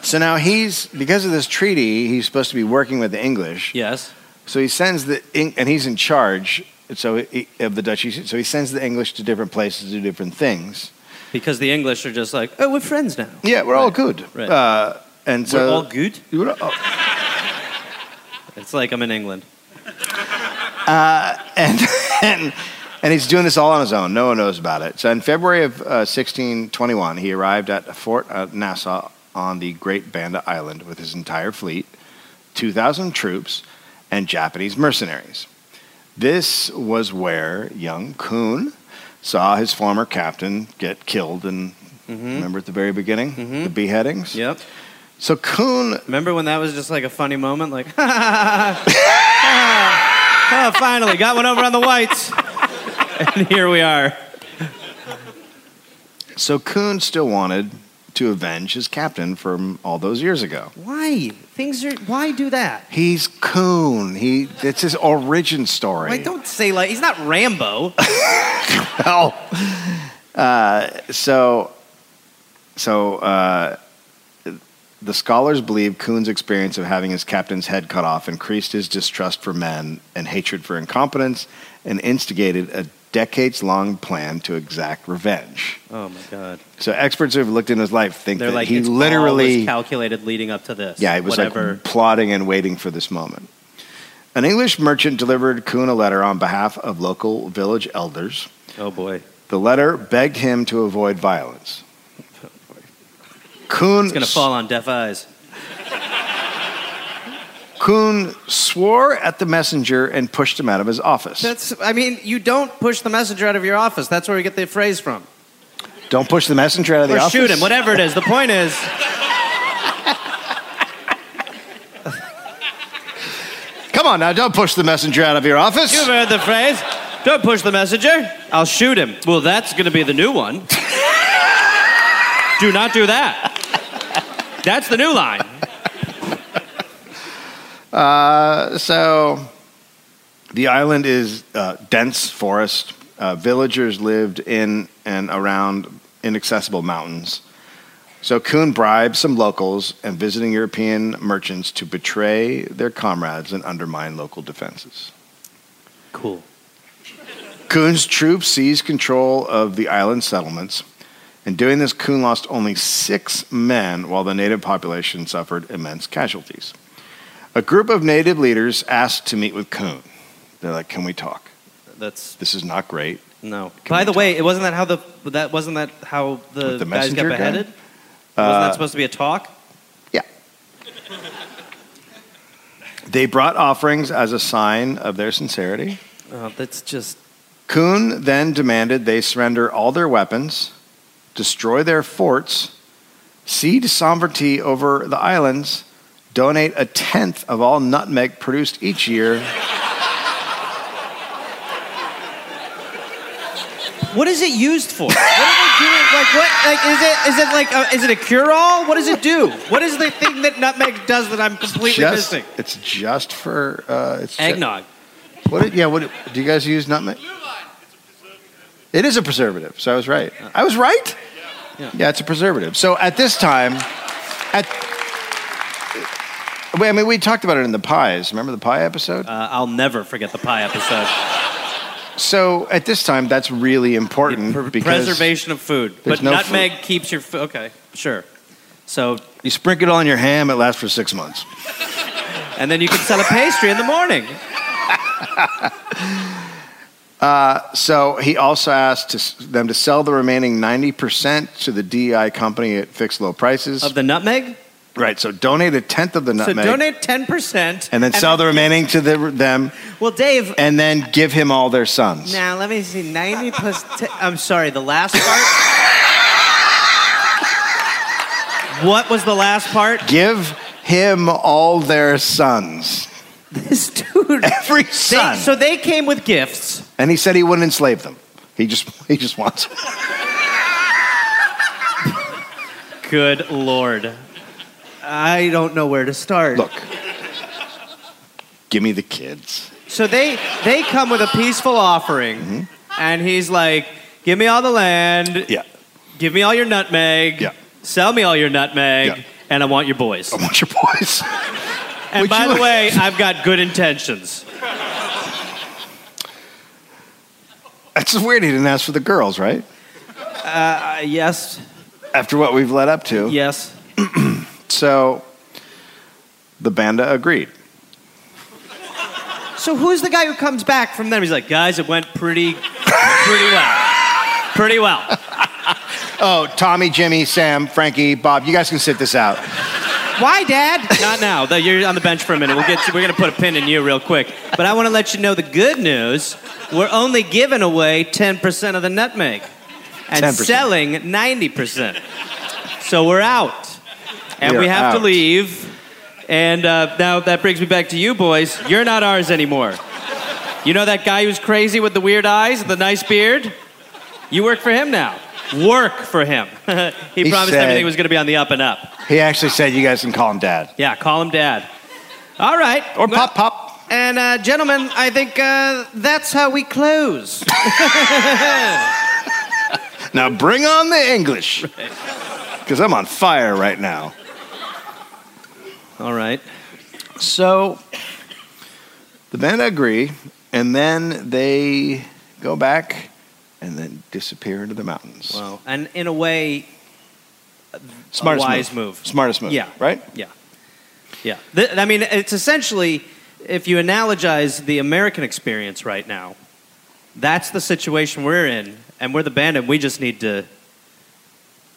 H: So now he's because of this treaty, he's supposed to be working with the English.
D: Yes.
H: So he sends the Eng- and he's in charge. So he, of the Dutch, East- so he sends the English to different places to do different things.
D: Because the English are just like, oh, we're friends now.
H: Yeah, we're all good.
D: Right.
H: Uh, and so
D: we're all good.
H: We're all-
D: It's like I'm in England.
H: and, and and he's doing this all on his own. No one knows about it. So in February of uh, 1621, he arrived at Fort uh, Nassau on the Great Banda Island with his entire fleet, 2,000 troops, and Japanese mercenaries. This was where young Kuhn saw his former captain get killed. And remember at the very beginning, the beheadings.
D: Yep.
H: So Kuhn,
D: Remember when that was just like a funny moment? Like, oh, finally, got one over on the whites. and here we are.
H: so Kuhn still wanted to avenge his captain from all those years ago.
D: Why? Things are, why do that?
H: He's Coon. He that's his origin story.
D: Like, don't say like, he's not Rambo.
H: Well, Oh. uh, so so uh, the scholars believe Coon's experience of having his captain's head cut off increased his distrust for men and hatred for incompetence, and instigated a decades-long plan to exact revenge.
D: oh my God.
H: So experts who've looked in his life think
D: They're
H: that
D: like,
H: he
D: it's all was
H: literally
D: calculated leading up to this.
H: Yeah, it was
D: Whatever.
H: like plotting and waiting for this moment. An English merchant delivered Kuhn a letter on behalf of local village elders.
D: oh boy.
H: The letter begged him to avoid violence. Kuhn,
D: It's going to fall on deaf eyes.
H: Kuhn swore at the messenger and pushed him out of his office.
D: That's, I mean, you don't push the messenger out of your office. That's where we get the phrase from.
H: Don't push the messenger out of the
D: or
H: office.
D: shoot him, whatever it is. The point is,
H: Come on now, don't push the messenger out of your office.
D: you've heard the phrase. Don't push the messenger. I'll shoot him. Well, that's going to be the new one. do not do that. That's the new line.
H: Uh, so the island is uh, dense forest. Uh, villagers lived in and around inaccessible mountains. So Kuhn bribed some locals and visiting European merchants to betray their comrades and undermine local defenses.
D: Cool.
H: Kuhn's troops seized control of the island settlements. In doing this, Kuhn lost only six men, while the native population suffered immense casualties. A group of native leaders asked to meet with Kuhn. They're like, "Can we talk?
D: That's
H: This is not great."
D: no.
H: Can
D: By
H: we
D: the way, it wasn't that how the that wasn't that how the, guys
H: With the
D: got
H: messenger guy?
D: beheaded. wasn't
H: Uh,
D: that supposed to be a talk?
H: They brought offerings as a sign of their sincerity.
D: Oh, that's just
H: Kuhn then demanded they surrender all their weapons, destroy their forts, cede sovereignty over the islands, donate a tenth of all nutmeg produced each year.
D: what is it used for? What are they doing? Like what? Like is it is it like a, is it a cure all? What does it do? What is the thing that nutmeg does that I'm completely
H: Just,
D: missing?
H: it's just for uh, it's ju-
D: Eggnog.
H: what it- yeah, what it- do you guys use nutmeg? It is a preservative, so I was right. I was right.
D: Yeah.
H: Yeah, it's a preservative. So at this time, at Wait, I mean, we talked about it in the pies. Remember the pie episode?
D: Uh, I'll never forget the pie episode.
H: So at this time, that's really important
D: Pre-
H: because
D: preservation of food,
H: there's
D: but
H: no
D: nutmeg keeps your food. Okay, sure. So,
H: you sprinkle it on your ham, it lasts for six months.
D: and then you can sell a pastry in the morning.
H: So he also asked to, s- them to sell the remaining 90% to the DEI company at fixed low prices.
D: Of the nutmeg?
H: right, so donate a tenth of the
D: So
H: nutmeg.
D: donate 10%.
H: and then sell the remaining to the, them,
D: Well, Dave,
H: and then give him all their sons.
D: now let me see. 90 plus. i I'm sorry, the last part. what was the last part?
H: Give him all their sons.
D: This dude.
H: Every
D: They-
H: son.
D: so they came with gifts.
H: and he said he wouldn't enslave them. He just, he just wants.
D: Good lord. I don't know where to start.
H: Look, give me the kids.
D: So they they come with a peaceful offering, and he's like, "Give me all the land.
H: Mm-hmm. Yeah.
D: Give me all your nutmeg.
H: Yeah.
D: Sell me all your nutmeg.
H: Yeah.
D: and I want your boys.
H: I want your boys.
D: And
H: Would
D: by
H: you-
D: the way, I've got good intentions.
H: That's just weird he didn't ask for the girls, right?
D: Uh, yes,
H: After what we've led up to.
D: yes.
H: So the banda agreed.
D: So who's the guy who comes back from them? He's like, guys, it went pretty, pretty well, pretty well.
H: Oh, Tommy, Jimmy, Sam, Frankie, Bob, you guys can sit this out.
D: Why, Dad? Not now. Though You're on the bench for a minute. We'll get. To, we're gonna put a pin in you real quick. But I want to let you know the good news. We're only giving away 10% of the net make, and
H: 10%.
D: selling 90%. So we're out, and
H: We
D: we,
H: are
D: have to
H: out.
D: leave. And uh, now that brings me back to you, boys. You're not ours anymore. You know that guy who's crazy with the weird eyes, and the nice beard? You work for him now. Work for him. he,
H: He
D: promised
H: said-
D: everything was going to be on the up and up.
H: He actually said you guys can call him dad.
D: Yeah, call him dad. All right.
H: Or pop, pop.
D: And uh, gentlemen, I think uh, that's how we close.
H: Now bring on the English. Because I'm on fire right now.
D: All right.
H: So the band agree, and then they go back and then disappear into the mountains.
D: Well, and in a way,
H: Smartest
D: a wise
H: move.
D: move.
H: Smartest move.
D: Yeah.
H: Right?
D: yeah, yeah. Th- I mean, it's essentially if you analogize the American experience right now, that's the situation we're in, and we're the band, and we just need to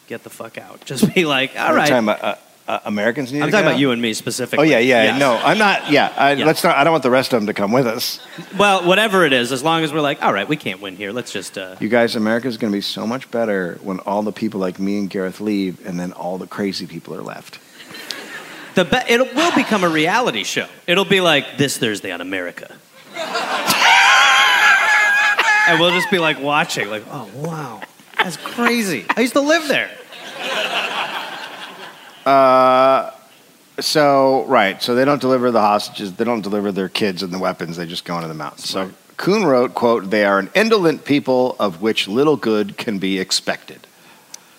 D: get the fuck out. Just be like, all
H: We're
D: right.
H: talking about, uh, uh, Americans need
D: I'm
H: to
D: talking
H: get
D: about
H: out?
D: you and me
H: Oh
D: specifically.
H: yeah, yeah.
D: Yes.
H: No, I'm not. Yeah, I,
D: Yeah.
H: let's not. I don't want the rest of them to come with us.
D: Well, whatever it is, as long as we're like, all right, we can't win here. Let's just. Uh,
H: You guys, America's going to be so much better when all the people like me and Gareth leave, and then all the crazy people are left.
D: The be- it will become a reality show. It'll be like this Thursday on America. and we'll just be like watching, like, oh wow, that's crazy. I used to live there.
H: Uh, So right, so they don't deliver the hostages. They don't deliver their kids and the weapons. They just go into the mountains. So Kuhn wrote, "quote They are an indolent people of which little good can be expected."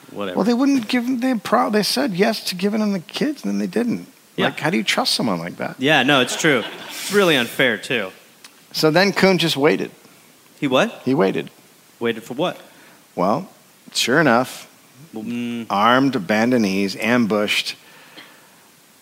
D: Whatever.
H: Well, they wouldn't give them. They pro- They said yes to giving them the kids, and then they didn't.
D: Yeah.
H: Like, how do you trust someone like that?
D: yeah, no, it's true. It's really unfair too.
H: So then Kuhn just waited.
D: He what?
H: He waited.
D: Waited for what?
H: Well, sure enough,
D: Mm,
H: armed Bandanese ambushed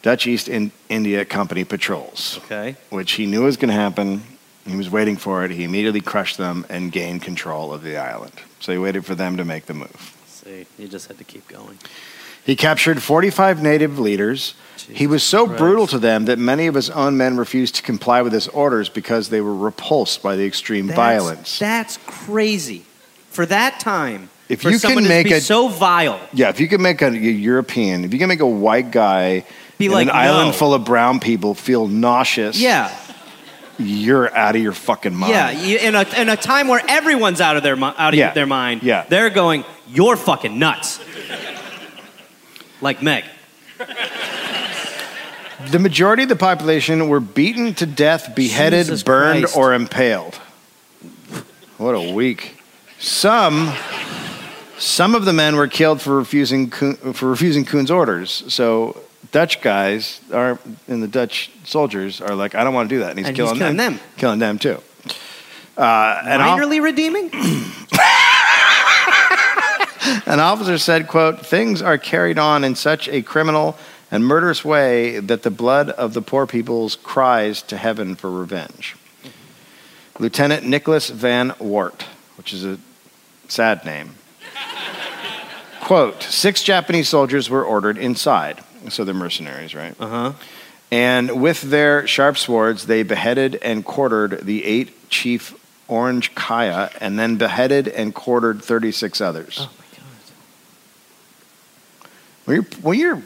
H: Dutch East in- India Company patrols,
D: okay.
H: which he knew was going to happen. He was waiting for it. He immediately crushed them and gained control of the island. So he waited for them to make the move.
D: See, you just had to keep going.
H: He captured 45 native leaders. he was so
D: Jesus
H: brutal
D: Christ.
H: to them that many of his own men refused to comply with his orders because they were repulsed by the extreme
D: That's-
H: violence.
D: That's crazy. For that time,
H: If
D: for
H: you
D: someone
H: can
D: to
H: make
D: be
H: a-
D: so vile,
H: yeah, if you can make a, a European, if you can make a white guy
D: be
H: in
D: like
H: an island
D: no.
H: full of brown people feel nauseous,
D: Yeah,
H: you're out of your fucking mind.
D: Yeah, you, in a in a time where everyone's out of their mi- out of
H: Yeah,
D: their mind.
H: yeah.
D: they're going. You're fucking nuts. like Meg.
H: The majority of the population were beaten to death, beheaded,
D: Jesus
H: burned,
D: Christ.
H: or impaled. What a week. Some, some of the men were killed for refusing Kuhn- for refusing Kuhn's orders. So Dutch guys are and the Dutch soldiers are like, I don't want to do that, and he's,
D: And he's
H: killing,
D: killing
H: them.
D: them.
H: killing them too. Uh, and off-
D: Minorly redeeming.
H: An officer said, quote, things are carried on in such a criminal and murderous way that the blood of the poor people's cries to heaven for revenge. Lieutenant Nicholas Van Wart, which is a sad name. quote, six Japanese soldiers were ordered inside. So they're mercenaries, right?
D: Uh huh.
H: And with their sharp swords, they beheaded and quartered the eight chief Orange Kaya and then beheaded and quartered 36 others.
D: Oh my god.
H: When you're, when you're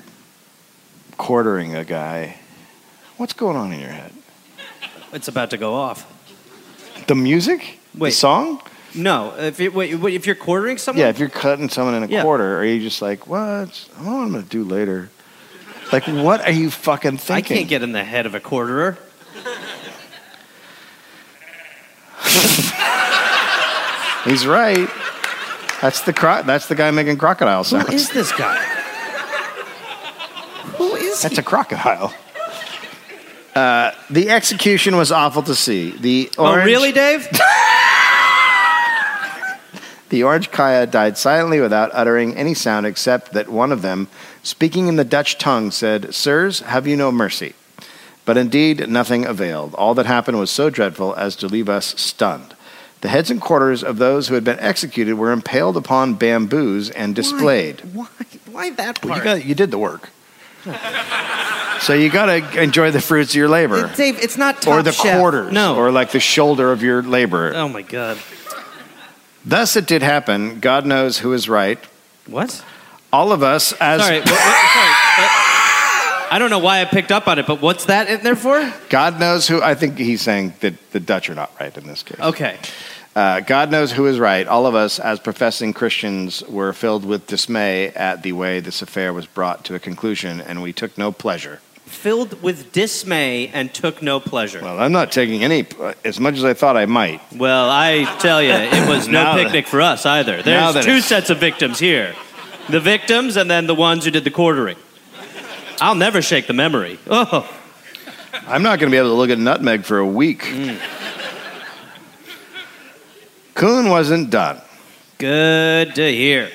H: quartering a guy, what's going on in your head?
D: It's about to go off.
H: The music?
D: Wait.
H: The song?
D: No, if it, wait, wait, if you're quartering someone.
H: Yeah, if you're cutting someone in a
D: Yeah.
H: quarter, are you just like, what? I don't know what I'm going to do later. Like, what are you fucking
D: I
H: thinking?
D: can't get in the head of a quarterer.
H: He's right. That's the, cro- that's the guy making crocodile
D: Who
H: sounds.
D: is this guy? crazy.
H: That's a crocodile. Uh, the execution was awful to see. The
D: oh,
H: orange,
D: really, Dave?
H: The orange kaya died silently without uttering any sound except that one of them, speaking in the Dutch tongue, said, Sirs, have you no mercy? But indeed, nothing availed. All that happened was so dreadful as to leave us stunned. The heads and quarters of those who had been executed were impaled upon bamboos and displayed.
F: Why? Why that
H: Well, you,
F: part?
H: got, you did the work. so you got to enjoy the fruits of your labor.
D: Dave, it's not top
H: or the
D: Chef.
H: quarters.
D: No.
H: Or like the shoulder of your labor.
D: oh my God.
H: Thus it did happen. God knows who is right.
D: What?
H: All of us as
D: Sorry. what- what- sorry, but- I don't know why I picked up on it, but what's that in there for?
H: God knows who I think he's saying that the Dutch are not right in this case.
D: Okay.
H: Uh, God knows who is right. All of us, as professing Christians, were filled with dismay at the way this affair was brought to a conclusion, and we took no pleasure.
D: Filled with dismay and took no pleasure. Well,
H: Well, I'm not taking any as much as I thought I might.
D: I tell you, it was no
H: Now that-
D: picnic for us either.
H: Now
D: There's
H: that
D: two
H: it's-
D: sets of victims here the victims and then the ones who did the quartering. I'll never shake the memory. Oh,
H: I'm not going to be able to look at nutmeg for a week.
D: Mm.
H: Kuhn wasn't done.
D: good to hear.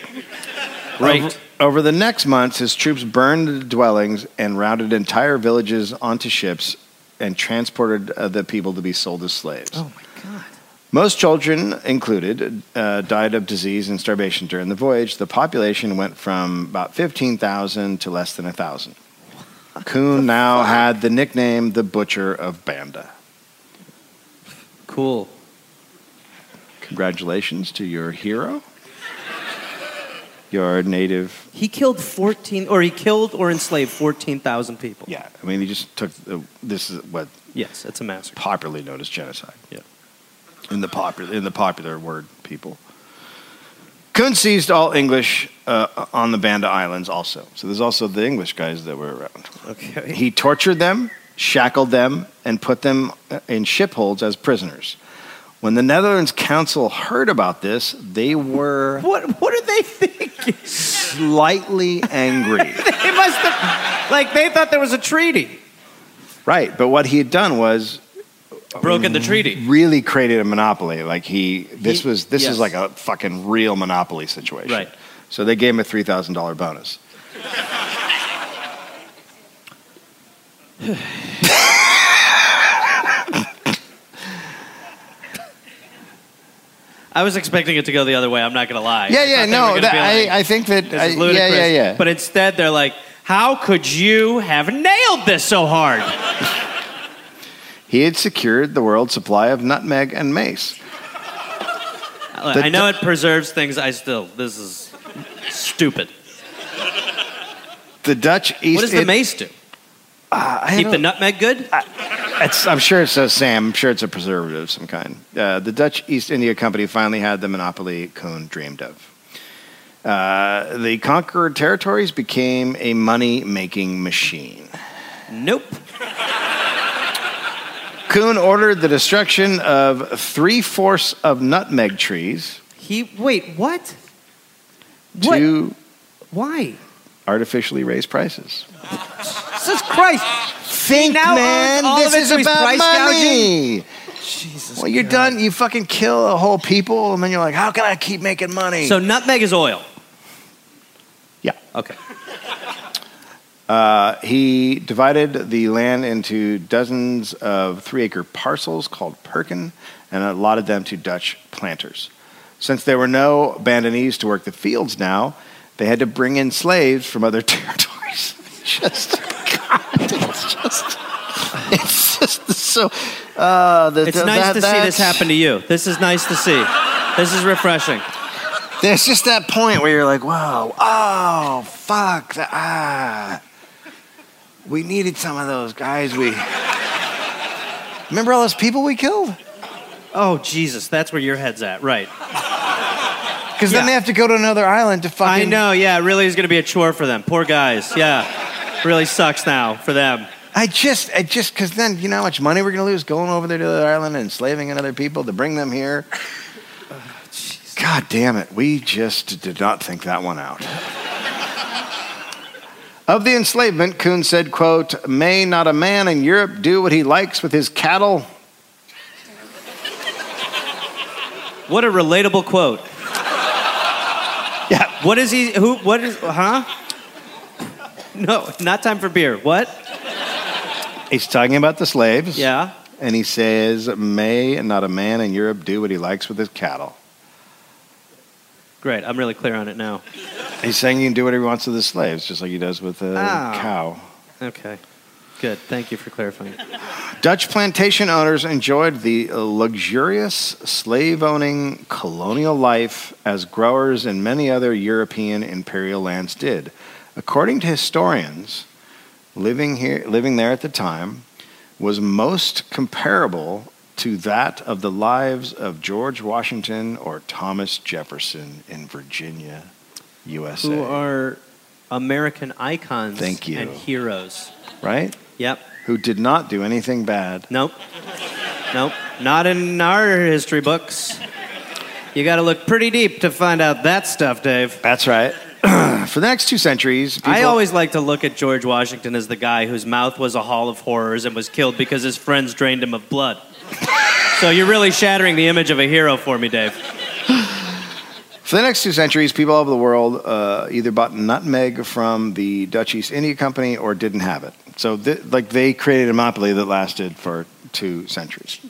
D: Great.
H: Over, over the next months, his troops burned the dwellings and routed entire villages onto ships and transported uh, the people to be sold as slaves.
D: Oh my God.
H: Most children included uh, died of disease and starvation during the voyage. The population went from about 15,000 to less than 1,000. Kuhn now had the nickname the Butcher of Banda.
D: Cool.
H: Congratulations to your hero, your native
D: He killed 14, or he killed or enslaved 14,000 people.
H: Yeah, I mean, he just took the, this is what
D: Yes, it's a massacre.
H: popularly known as genocide.
D: Yeah.
H: In the popular in the popular word, people. Kuhn seized all English uh, on the Banda Islands, also. So there's also the English guys that were around.
D: Okay.
H: He tortured them, shackled them, and put them uh, in ship holds as prisoners. When the Netherlands Council heard about this, they were
D: What, what are they thinking?
H: slightly angry.
D: They must have, like, they thought there was a treaty.
H: right, but what he had done was
D: Broken the treaty.
H: really created a monopoly. Like he, this
D: He-
H: was this
D: yes.
H: is like a fucking real monopoly situation.
D: Right.
H: So they gave him a three thousand dollar bonus.
D: I was expecting it to go the other way. I'm not going to lie.
H: Yeah,
D: I
H: yeah,
D: thought they were
H: no,
D: gonna
H: that,
D: be like,
H: I, I think that
D: this
H: I-
D: is ludicrous.
H: yeah, yeah, yeah.
D: But instead, they're like, how could you have nailed this so hard?
H: he had secured the world supply of nutmeg and mace. The-
D: I know it preserves things. I still, this is stupid.
H: The Dutch East. Uh,
D: What does the mace do?
H: I
D: Keep
H: don't-
D: the nutmeg good?
H: It's, I'm sure it says Sam. I'm sure it's a preservative of some kind. Uh, the Dutch East India Company finally had the monopoly Kuhn dreamed of. Uh, the conquered territories became a money making machine.
D: Nope.
H: Kuhn ordered the destruction of three fourths of nutmeg trees
D: He, wait, what? What?
H: to
D: Why?
H: artificially raise prices.
D: Jesus Christ.
H: Think,
D: now owns all of it, so he's price
H: Jesus. Well, you're done. You fucking kill a whole people, and then you're like, how can I keep making money?
D: So nutmeg is oil.
H: Yeah.
D: Okay.
H: uh, he divided the land into dozens of three acre parcels called Perkin and allotted them to Dutch planters. Since there were no Bandanese to work the fields now, they had to bring in slaves from other territories. just, God, it's just, it's just so. Uh, the,
D: It's
H: the-
D: nice
H: that-
D: to see this
H: that's-
D: happen to you. This is nice to see. This is refreshing.
H: There's just that point where you're like, wow, oh, fuck, the, ah. We needed some of those guys. We remember all those people we killed
D: Oh, Jesus, that's where your head's at, right?
H: because
D: Yeah.
H: then they have to go to another island to
D: I
H: fucking.
D: know, yeah, it really is going to be a chore for them. Poor guys, yeah. Really sucks now for them.
H: I just, I just, because then you know how much money we're gonna lose going over there to the other island and enslaving other people to bring them here. God damn it, we just did not think that one out. Of the enslavement, Kuhn said, quote, May not a man in Europe do what he likes with his cattle?
D: What a relatable quote. Yeah. What is he? Who? What is? Huh? No, not time for beer. What?
H: He's talking about the slaves.
D: Yeah.
H: And he says, May not a man in Europe do what he likes with his cattle?
D: Great. I'm really clear on it now.
H: He's saying you can do whatever he wants with his slaves, just like he does with a
D: Ah.
H: cow.
D: Okay. Good. Thank you for clarifying.
H: Dutch plantation owners enjoyed the luxurious slave owning colonial life as growers in many other European imperial lands did. According to historians, living, here, living there at the time was most comparable to that of the lives of George Washington or Thomas Jefferson in Virginia, USA.
D: Who uh, are American icons
H: Thank you.
D: and heroes?
H: right?
D: Yep.
H: Who did not do anything bad.
D: Nope. Nope. Not in our history books. You got to look pretty deep to find out that stuff, Dave.
H: That's right. For the next two centuries,
D: I
H: people-
D: always like to look at George Washington as the guy whose mouth was a hall of horrors and was killed because his friends drained him of blood. so you're really shattering the image of a hero for me, Dave.
H: For the next two centuries, people all over the world uh, either bought nutmeg from the Dutch East India Company or didn't have it. So, th- like, they created a monopoly that lasted for two centuries.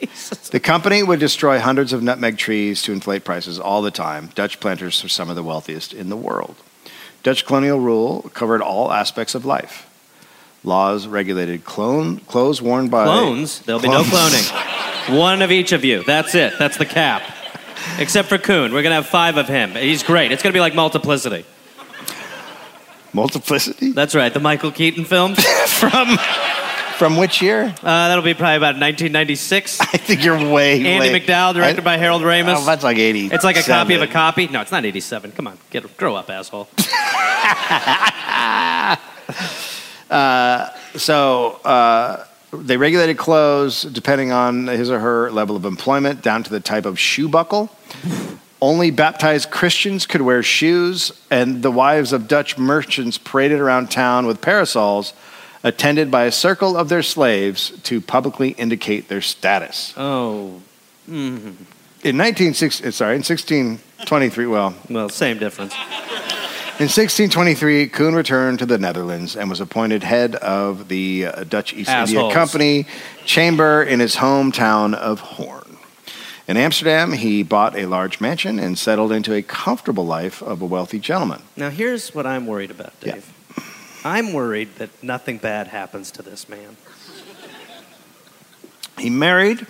H: The company would destroy hundreds of nutmeg trees to inflate prices all the time. Dutch planters are some of the wealthiest in the world. Dutch colonial rule covered all aspects of life. Laws regulated clone, clothes worn by
D: Clones? There'll be no
H: Clones.
D: cloning. One of each of you. That's it. That's the cap. Except for Kuhn. We're going to have five of him. He's great. It's going to be like multiplicity.
H: Multiplicity?
D: That's right. The Michael Keaton film.
H: from from which year?
D: Uh, that'll be probably about 1996.
H: I think you're way.
D: Andy
H: late.
D: McDowell, directed
H: I-
D: by Harold Ramis.
H: Oh, that's like eighty.
D: It's like a copy of a copy. No, it's not 87. Come on, get grow up, asshole.
H: So uh, they regulated clothes depending on his or her level of employment, down to the type of shoe buckle. Only baptized Christians could wear shoes, and the wives of Dutch merchants paraded around town with parasols, attended by a circle of their slaves to publicly indicate their status.
D: Oh,
H: In 1960, sorry, in 1623, well,
D: well, same difference.
H: In 1623, Kuhn returned to the Netherlands and was appointed head of the uh, Dutch East
D: Assholes.
H: India Company chamber in his hometown of Horn. In Amsterdam, he bought a large mansion and settled into a comfortable life of a wealthy gentleman.
D: Now, here's what I'm worried about, Dave. I'm worried that nothing bad happens to this man.
H: He married.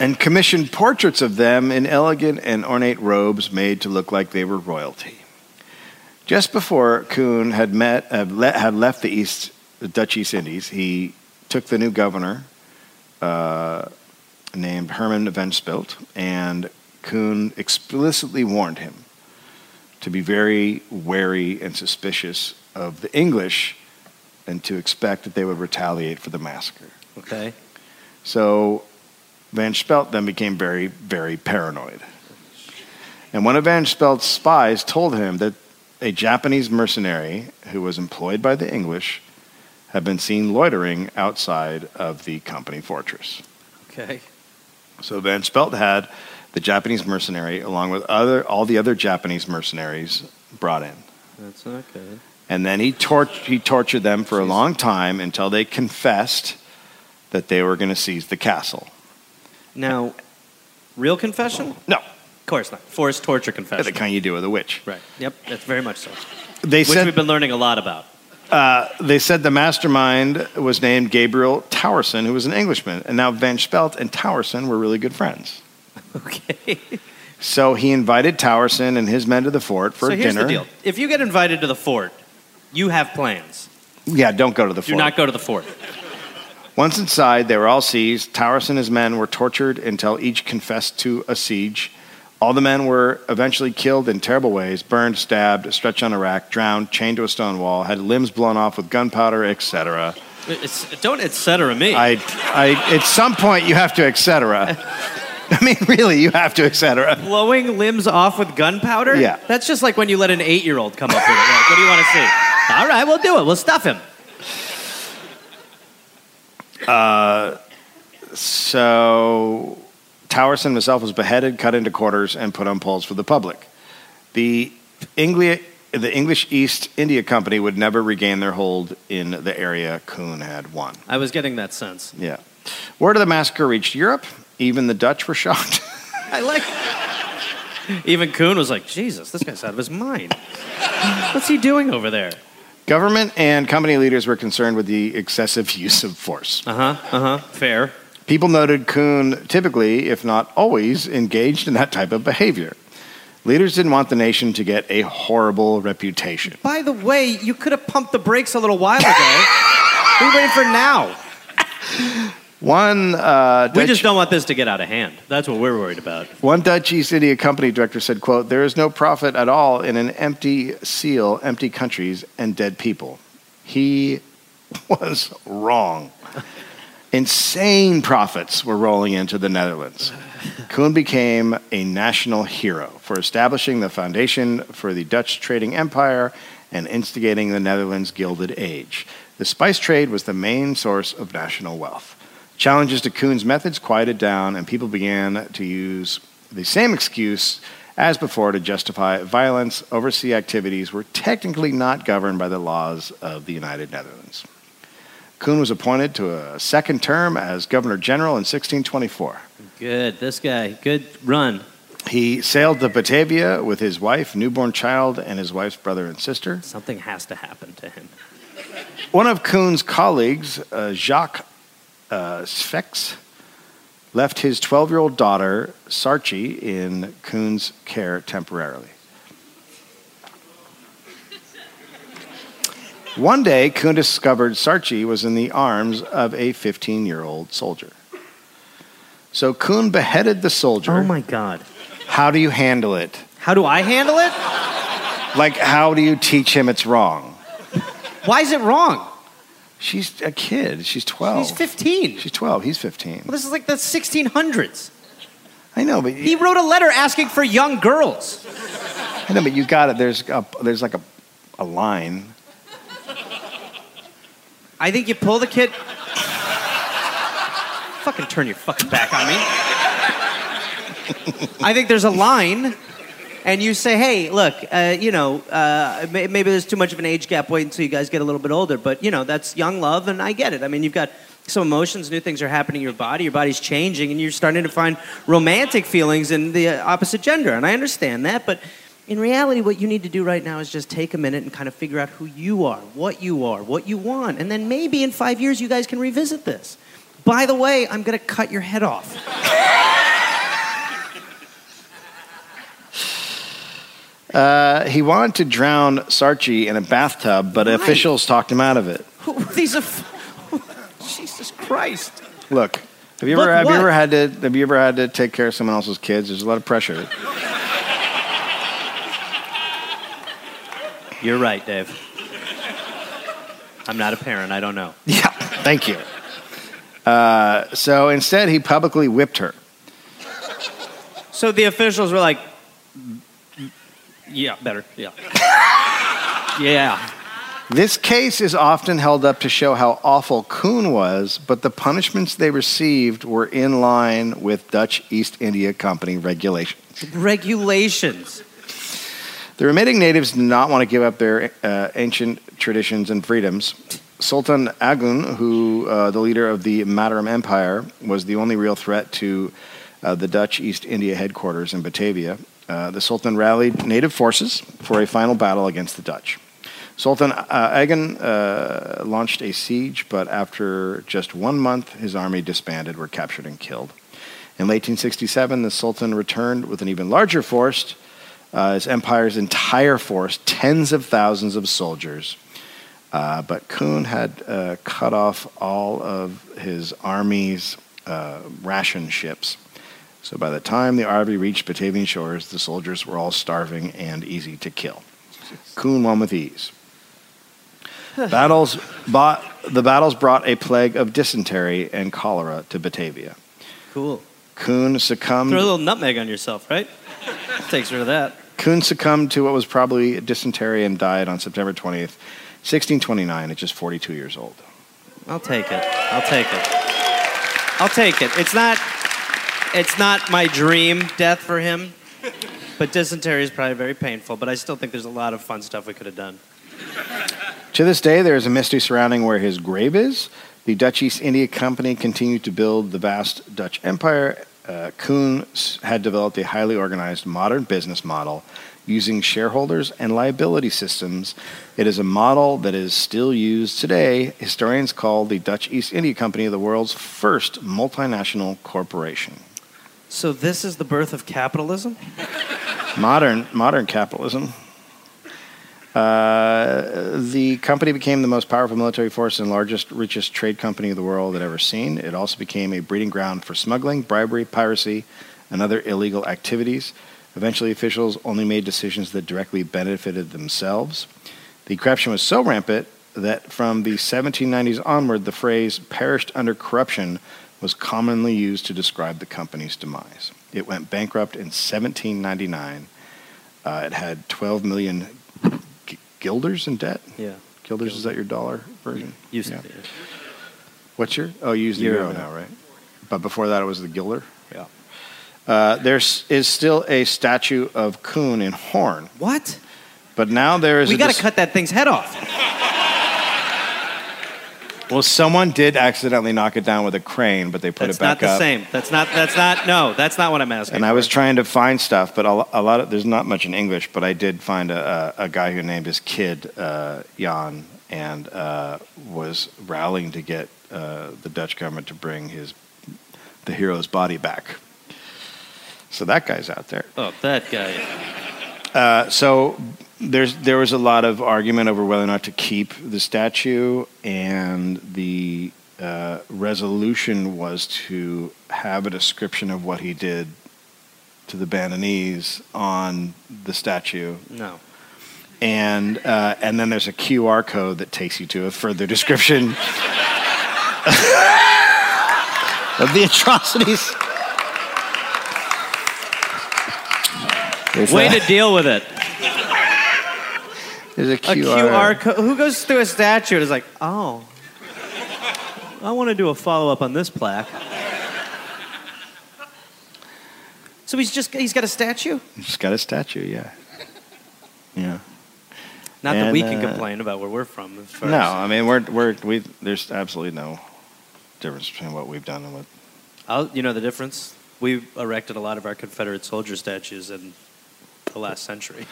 H: And commissioned portraits of them in elegant and ornate robes made to look like they were royalty. Just before Kuhn had met had, le- had left the East the Dutch East Indies, he took the new governor uh, named Herman van Spilt, and Kuhn explicitly warned him to be very wary and suspicious of the English and to expect that they would retaliate for the massacre.
D: Okay.
H: So Van Spelt then became very, very paranoid. And one of Van Spelt's spies told him that a Japanese mercenary who was employed by the English had been seen loitering outside of the company fortress.
D: Okay.
H: So Van Spelt had the Japanese mercenary, along with other, all the other Japanese mercenaries, brought in.
D: That's not good.
H: And then he, tort- he tortured them for a long time until they confessed that they were going to seize the castle.
D: Now, real confession?
H: No.
D: Of course not. Forced torture
H: That's the
D: confession.
H: kind you do with a witch.
D: Right. Yep. That's very much so.
H: They
D: Which we've
H: said,
D: been learning a lot about.
H: uh, they said the mastermind was named Gabriel Towerson, who was an Englishman. And now Van Spelt and Towerson were really good friends.
D: Okay.
H: So he invited Towerson and his men to the fort for
D: so here's
H: dinner.
D: the deal. If you get invited to the fort, you have plans.
H: Yeah, don't go to the
D: Do
H: fort.
D: not go to the fort.
H: Once inside, they were all seized. Towers and his men were tortured until each confessed to a siege. All the men were eventually killed in terrible ways burned, stabbed, stretched on a rack, drowned, chained to a stone wall, had limbs blown off with gunpowder, etc.
D: It's, don't et cetera me.
H: I, I, at some point, you have to etc. I mean, really, you have to, etc.
D: Blowing limbs off with gunpowder?
H: Yeah.
D: That's just like when you let an eight year old come up with it. Like, what do you want to see? All right, we'll do it. We'll stuff him.
H: So, Towerson himself was beheaded, cut into quarters, and put on poles for the public. The English, the English East India Company would never regain their hold in the area Kuhn had won.
D: I was getting that sense.
H: Yeah. Word of the massacre reached Europe. Even the Dutch were shocked.
D: I like. Even Kuhn was like, Jesus, this guy's out of his mind. What's he doing over there?
H: Government and company leaders were concerned with the excessive use of force.
D: Uh huh, uh huh. Fair.
H: People noted Kuhn typically, if not always, engaged in that type of behavior. Leaders didn't want the nation to get a horrible reputation.
D: By the way, you could have pumped the brakes a little while ago. what are you waiting for now?
H: One, uh,
D: We
H: Dutch,
D: just don't want this to get out of hand. That's what we're worried about.
H: one Dutch East India Company director said, quote, there is no profit at all in an empty seal, empty countries, and dead people. He was wrong. Insane profits were rolling into the Netherlands. Kuhn became a national hero for establishing the foundation for the Dutch trading empire and instigating the Netherlands Gilded Age. The spice trade was the main source of national wealth. Challenges to Kuhn's methods quieted down, and people began to use the same excuse as before to justify violence. Overseas activities were technically not governed by the laws of the United Netherlands. Kuhn was appointed to a second term as governor general in 1624.
D: Good, this guy. Good run.
H: He sailed to Batavia with his wife, newborn child, and his wife's brother and sister.
D: Something has to happen to him.
H: One of Kuhn's colleagues, uh, Jacques uh, Sfex, left his 12 year old daughter, Sarchi, in Kuhn's care temporarily. One day, Kuhn discovered Sarchi was in the arms of a 15 year old soldier. So Kuhn beheaded the soldier.
D: Oh my God.
H: How do you handle it?
D: How do I handle it?
H: Like, how do you teach him it's wrong?
D: Why is it wrong?
H: She's a kid. She's 12.
D: He's 15.
H: She's 12. He's 15.
D: Well, this is like the 1600s.
H: I know, but
D: He wrote a letter asking for young girls.
H: I know, but you got it. There's a, there's like a, a line.
D: I think you pull the kid. fucking turn your fucking back on me. I think there's a line, and you say, hey, look, uh, you know, uh, may- maybe there's too much of an age gap. Wait until you guys get a little bit older. But, you know, that's young love, and I get it. I mean, you've got some emotions, new things are happening in your body, your body's changing, and you're starting to find romantic feelings in the uh, opposite gender. And I understand that, but. In reality, what you need to do right now is just take a minute and kind of figure out who you are, what you are, what you want. And then maybe in five years, you guys can revisit this. By the way, I'm going to cut your head off.
H: Uh, he wanted to drown Sarchi in a bathtub, but officials talked him out of it.
D: Who- These are. f- Jesus Christ.
H: Look, have you ever
D: Look
H: have you
D: what?
H: ever had to have you ever had to take care of someone else's kids? There's a lot of pressure.
D: You're right, Dave. I'm not a parent. I don't know.
H: Yeah, thank you. Uh, so instead, he publicly whipped her.
D: So the officials were like, yeah, better. Yeah. yeah.
H: This case is often held up to show how awful Kuhn was, but the punishments they received were in line with Dutch East India Company regulation.
D: Regulations.
H: The remaining natives did not want to give up their uh, ancient traditions and freedoms. Sultan Agun, who uh, the leader of the Mataram Empire, was the only real threat to uh, the Dutch East India headquarters in Batavia. Uh, the Sultan rallied native forces for a final battle against the Dutch. Sultan uh, Agun uh, launched a siege, but after just one month, his army disbanded, were captured, and killed. In 1867, the Sultan returned with an even larger force uh, his empire's entire force, tens of thousands of soldiers. Uh, but Kuhn had uh, cut off all of his army's uh, ration ships. So by the time the army reached Batavian shores, the soldiers were all starving and easy to kill. Kuhn won with ease. battles bought, the battles brought a plague of dysentery and cholera to Batavia.
D: Cool.
H: Kuhn succumbed.
D: Throw a little nutmeg on yourself, right? Takes rid of that.
H: Kuhn succumbed to what was probably dysentery and died on September 20th, 1629, at just 42 years old.
D: I'll take it. I'll take it. I'll take it. It's not. It's not my dream death for him, but dysentery is probably very painful. But I still think there's a lot of fun stuff we could have done.
H: To this day, there is a mystery surrounding where his grave is. The Dutch East India Company continued to build the vast Dutch empire. Uh, Kuhn s- had developed a highly organized modern business model using shareholders and liability systems. It is a model that is still used today. Historians call the Dutch East India Company the world's first multinational corporation.
D: So this is the birth of capitalism.
H: modern modern capitalism. Uh, the company became the most powerful military force and largest, richest trade company the world had ever seen. It also became a breeding ground for smuggling, bribery, piracy, and other illegal activities. Eventually, officials only made decisions that directly benefited themselves. The corruption was so rampant that from the 1790s onward, the phrase perished under corruption was commonly used to describe the company's demise. It went bankrupt in 1799. Uh, it had 12 million g- guilders in debt.
D: Yeah.
H: Guilders, is that your dollar version?
D: Used
H: Yeah.
D: to be.
H: What's your? Oh, you use the
D: Euro
H: euro
D: now.
H: now, right? But before that, it was the guilder. Yeah. Uh, there is still a statue of Kuhn in Horn,
D: What?
H: but now there is.
D: We
H: a
D: got to
H: dis-
D: cut that thing's head off.
H: Well, someone did accidentally knock it down with a crane, but they put
D: that's
H: it back
D: not the
H: up.
D: same. That's not. That's not. No, that's not what I'm asking.
H: And I
D: for.
H: was trying to find stuff, but a lo- a lot of there's not much in English. But I did find a, a, a guy who named his kid uh, Jan and uh, was rallying to get uh, the Dutch government to bring his the hero's body back. So that guy's out there.
D: Oh, that guy.
H: Uh, so there's there was a lot of argument over whether or not to keep the statue, and the uh, resolution was to have a description of what he did to the Bandanese on the statue,
D: No.
H: and uh, and then there's a QR code that takes you to a further description of the atrocities. There's
D: Way
H: a-
D: to deal with it.
H: there's
D: A QR code. Who goes through a statue and is like, oh, I want to do a follow up on this plaque. So he's just he's got a statue.
H: Just got a statue, yeah. Yeah.
D: Not that we
H: And,
D: can
H: uh,
D: complain about where we're from. as far
H: No,
D: as-
H: I mean we're we're we there's absolutely no difference between what we've done and what
D: I'll, you know the difference. We erected a lot of our Confederate soldier statues in the last century.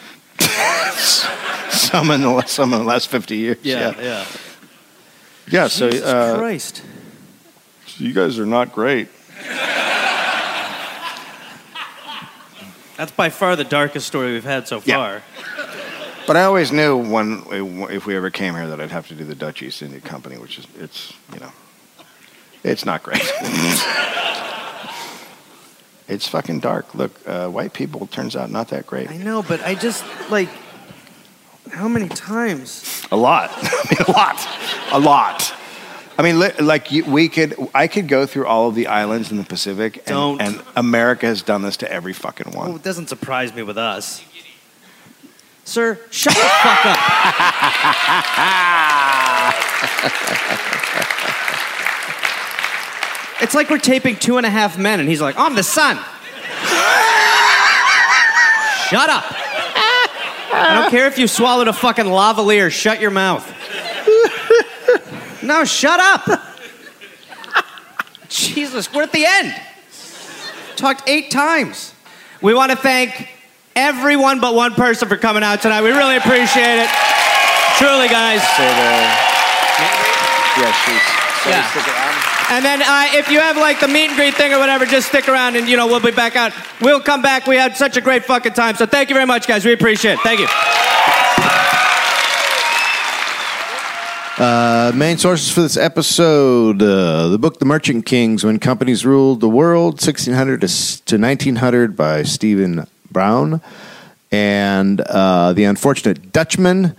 H: some in the last, some in the last fifty years.
D: yeah.
H: yeah. Yeah, so
D: Jesus
H: uh,
D: Christ.
H: you guys are not great.
D: That's by far the darkest story we've had so
H: Yeah.
D: far.
H: But I always knew when if we ever came here that I'd have to do the Dutch East India Company, which is it's you know, it's not great. it's fucking dark. Look, uh, white people turns out not that great.
D: I know, but I just like how many times?
H: A lot. I mean, a lot. A lot. I mean, li- like you, we could, I could go through all of the islands in the Pacific, and,
D: Don't.
H: and America has done this to every fucking
D: Well,
H: one.
D: it doesn't surprise me with us. Sir, shut the fuck up. it's like we're taping two and a half men, and he's like, I'm the sun. shut up. I don't care if you swallowed a fucking lavalier, shut your mouth. no, shut up. Jesus, we're at the end. Talked eight times. We want to thank everyone but one person for coming out tonight. We really appreciate it. Truly, guys.
H: Oh, Yeah, she's.
D: Yeah. And then uh, if you have like the meet and greet thing or whatever, just stick around and you know we'll be back out. We'll come back. We had such a great fucking time. So thank you very much, guys. We appreciate it. Thank you.
A: Uh, main sources for this episode uh, the book The Merchant Kings When Companies Ruled the World, 1600 to, s- to 1900 by Stephen Brown, and uh, The Unfortunate Dutchman,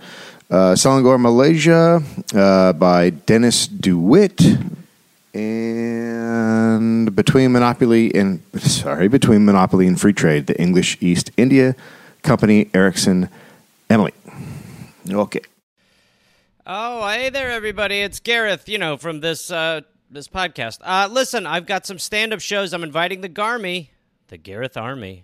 A: uh, Selangor, Malaysia uh, by Dennis DeWitt. And between monopoly and sorry, between monopoly and free trade, the English East India Company, Ericsson, Emily. Okay.
D: Oh, hey there, everybody. It's Gareth, you know, from this uh, this podcast. Uh, listen, I've got some stand up shows. I'm inviting the Garmy, the Gareth Army,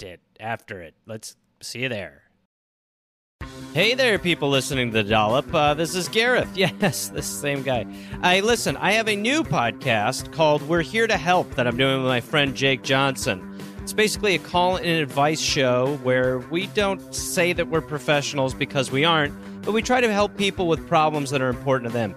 D: it after it. Let's see you there. Hey there, people listening to the Dollop. Uh, this is Gareth. Yes, this same guy. I listen. I have a new podcast called "We're Here to Help" that I'm doing with my friend Jake Johnson. It's basically a call and advice show where we don't say that we're professionals because we aren't, but we try to help people with problems that are important to them.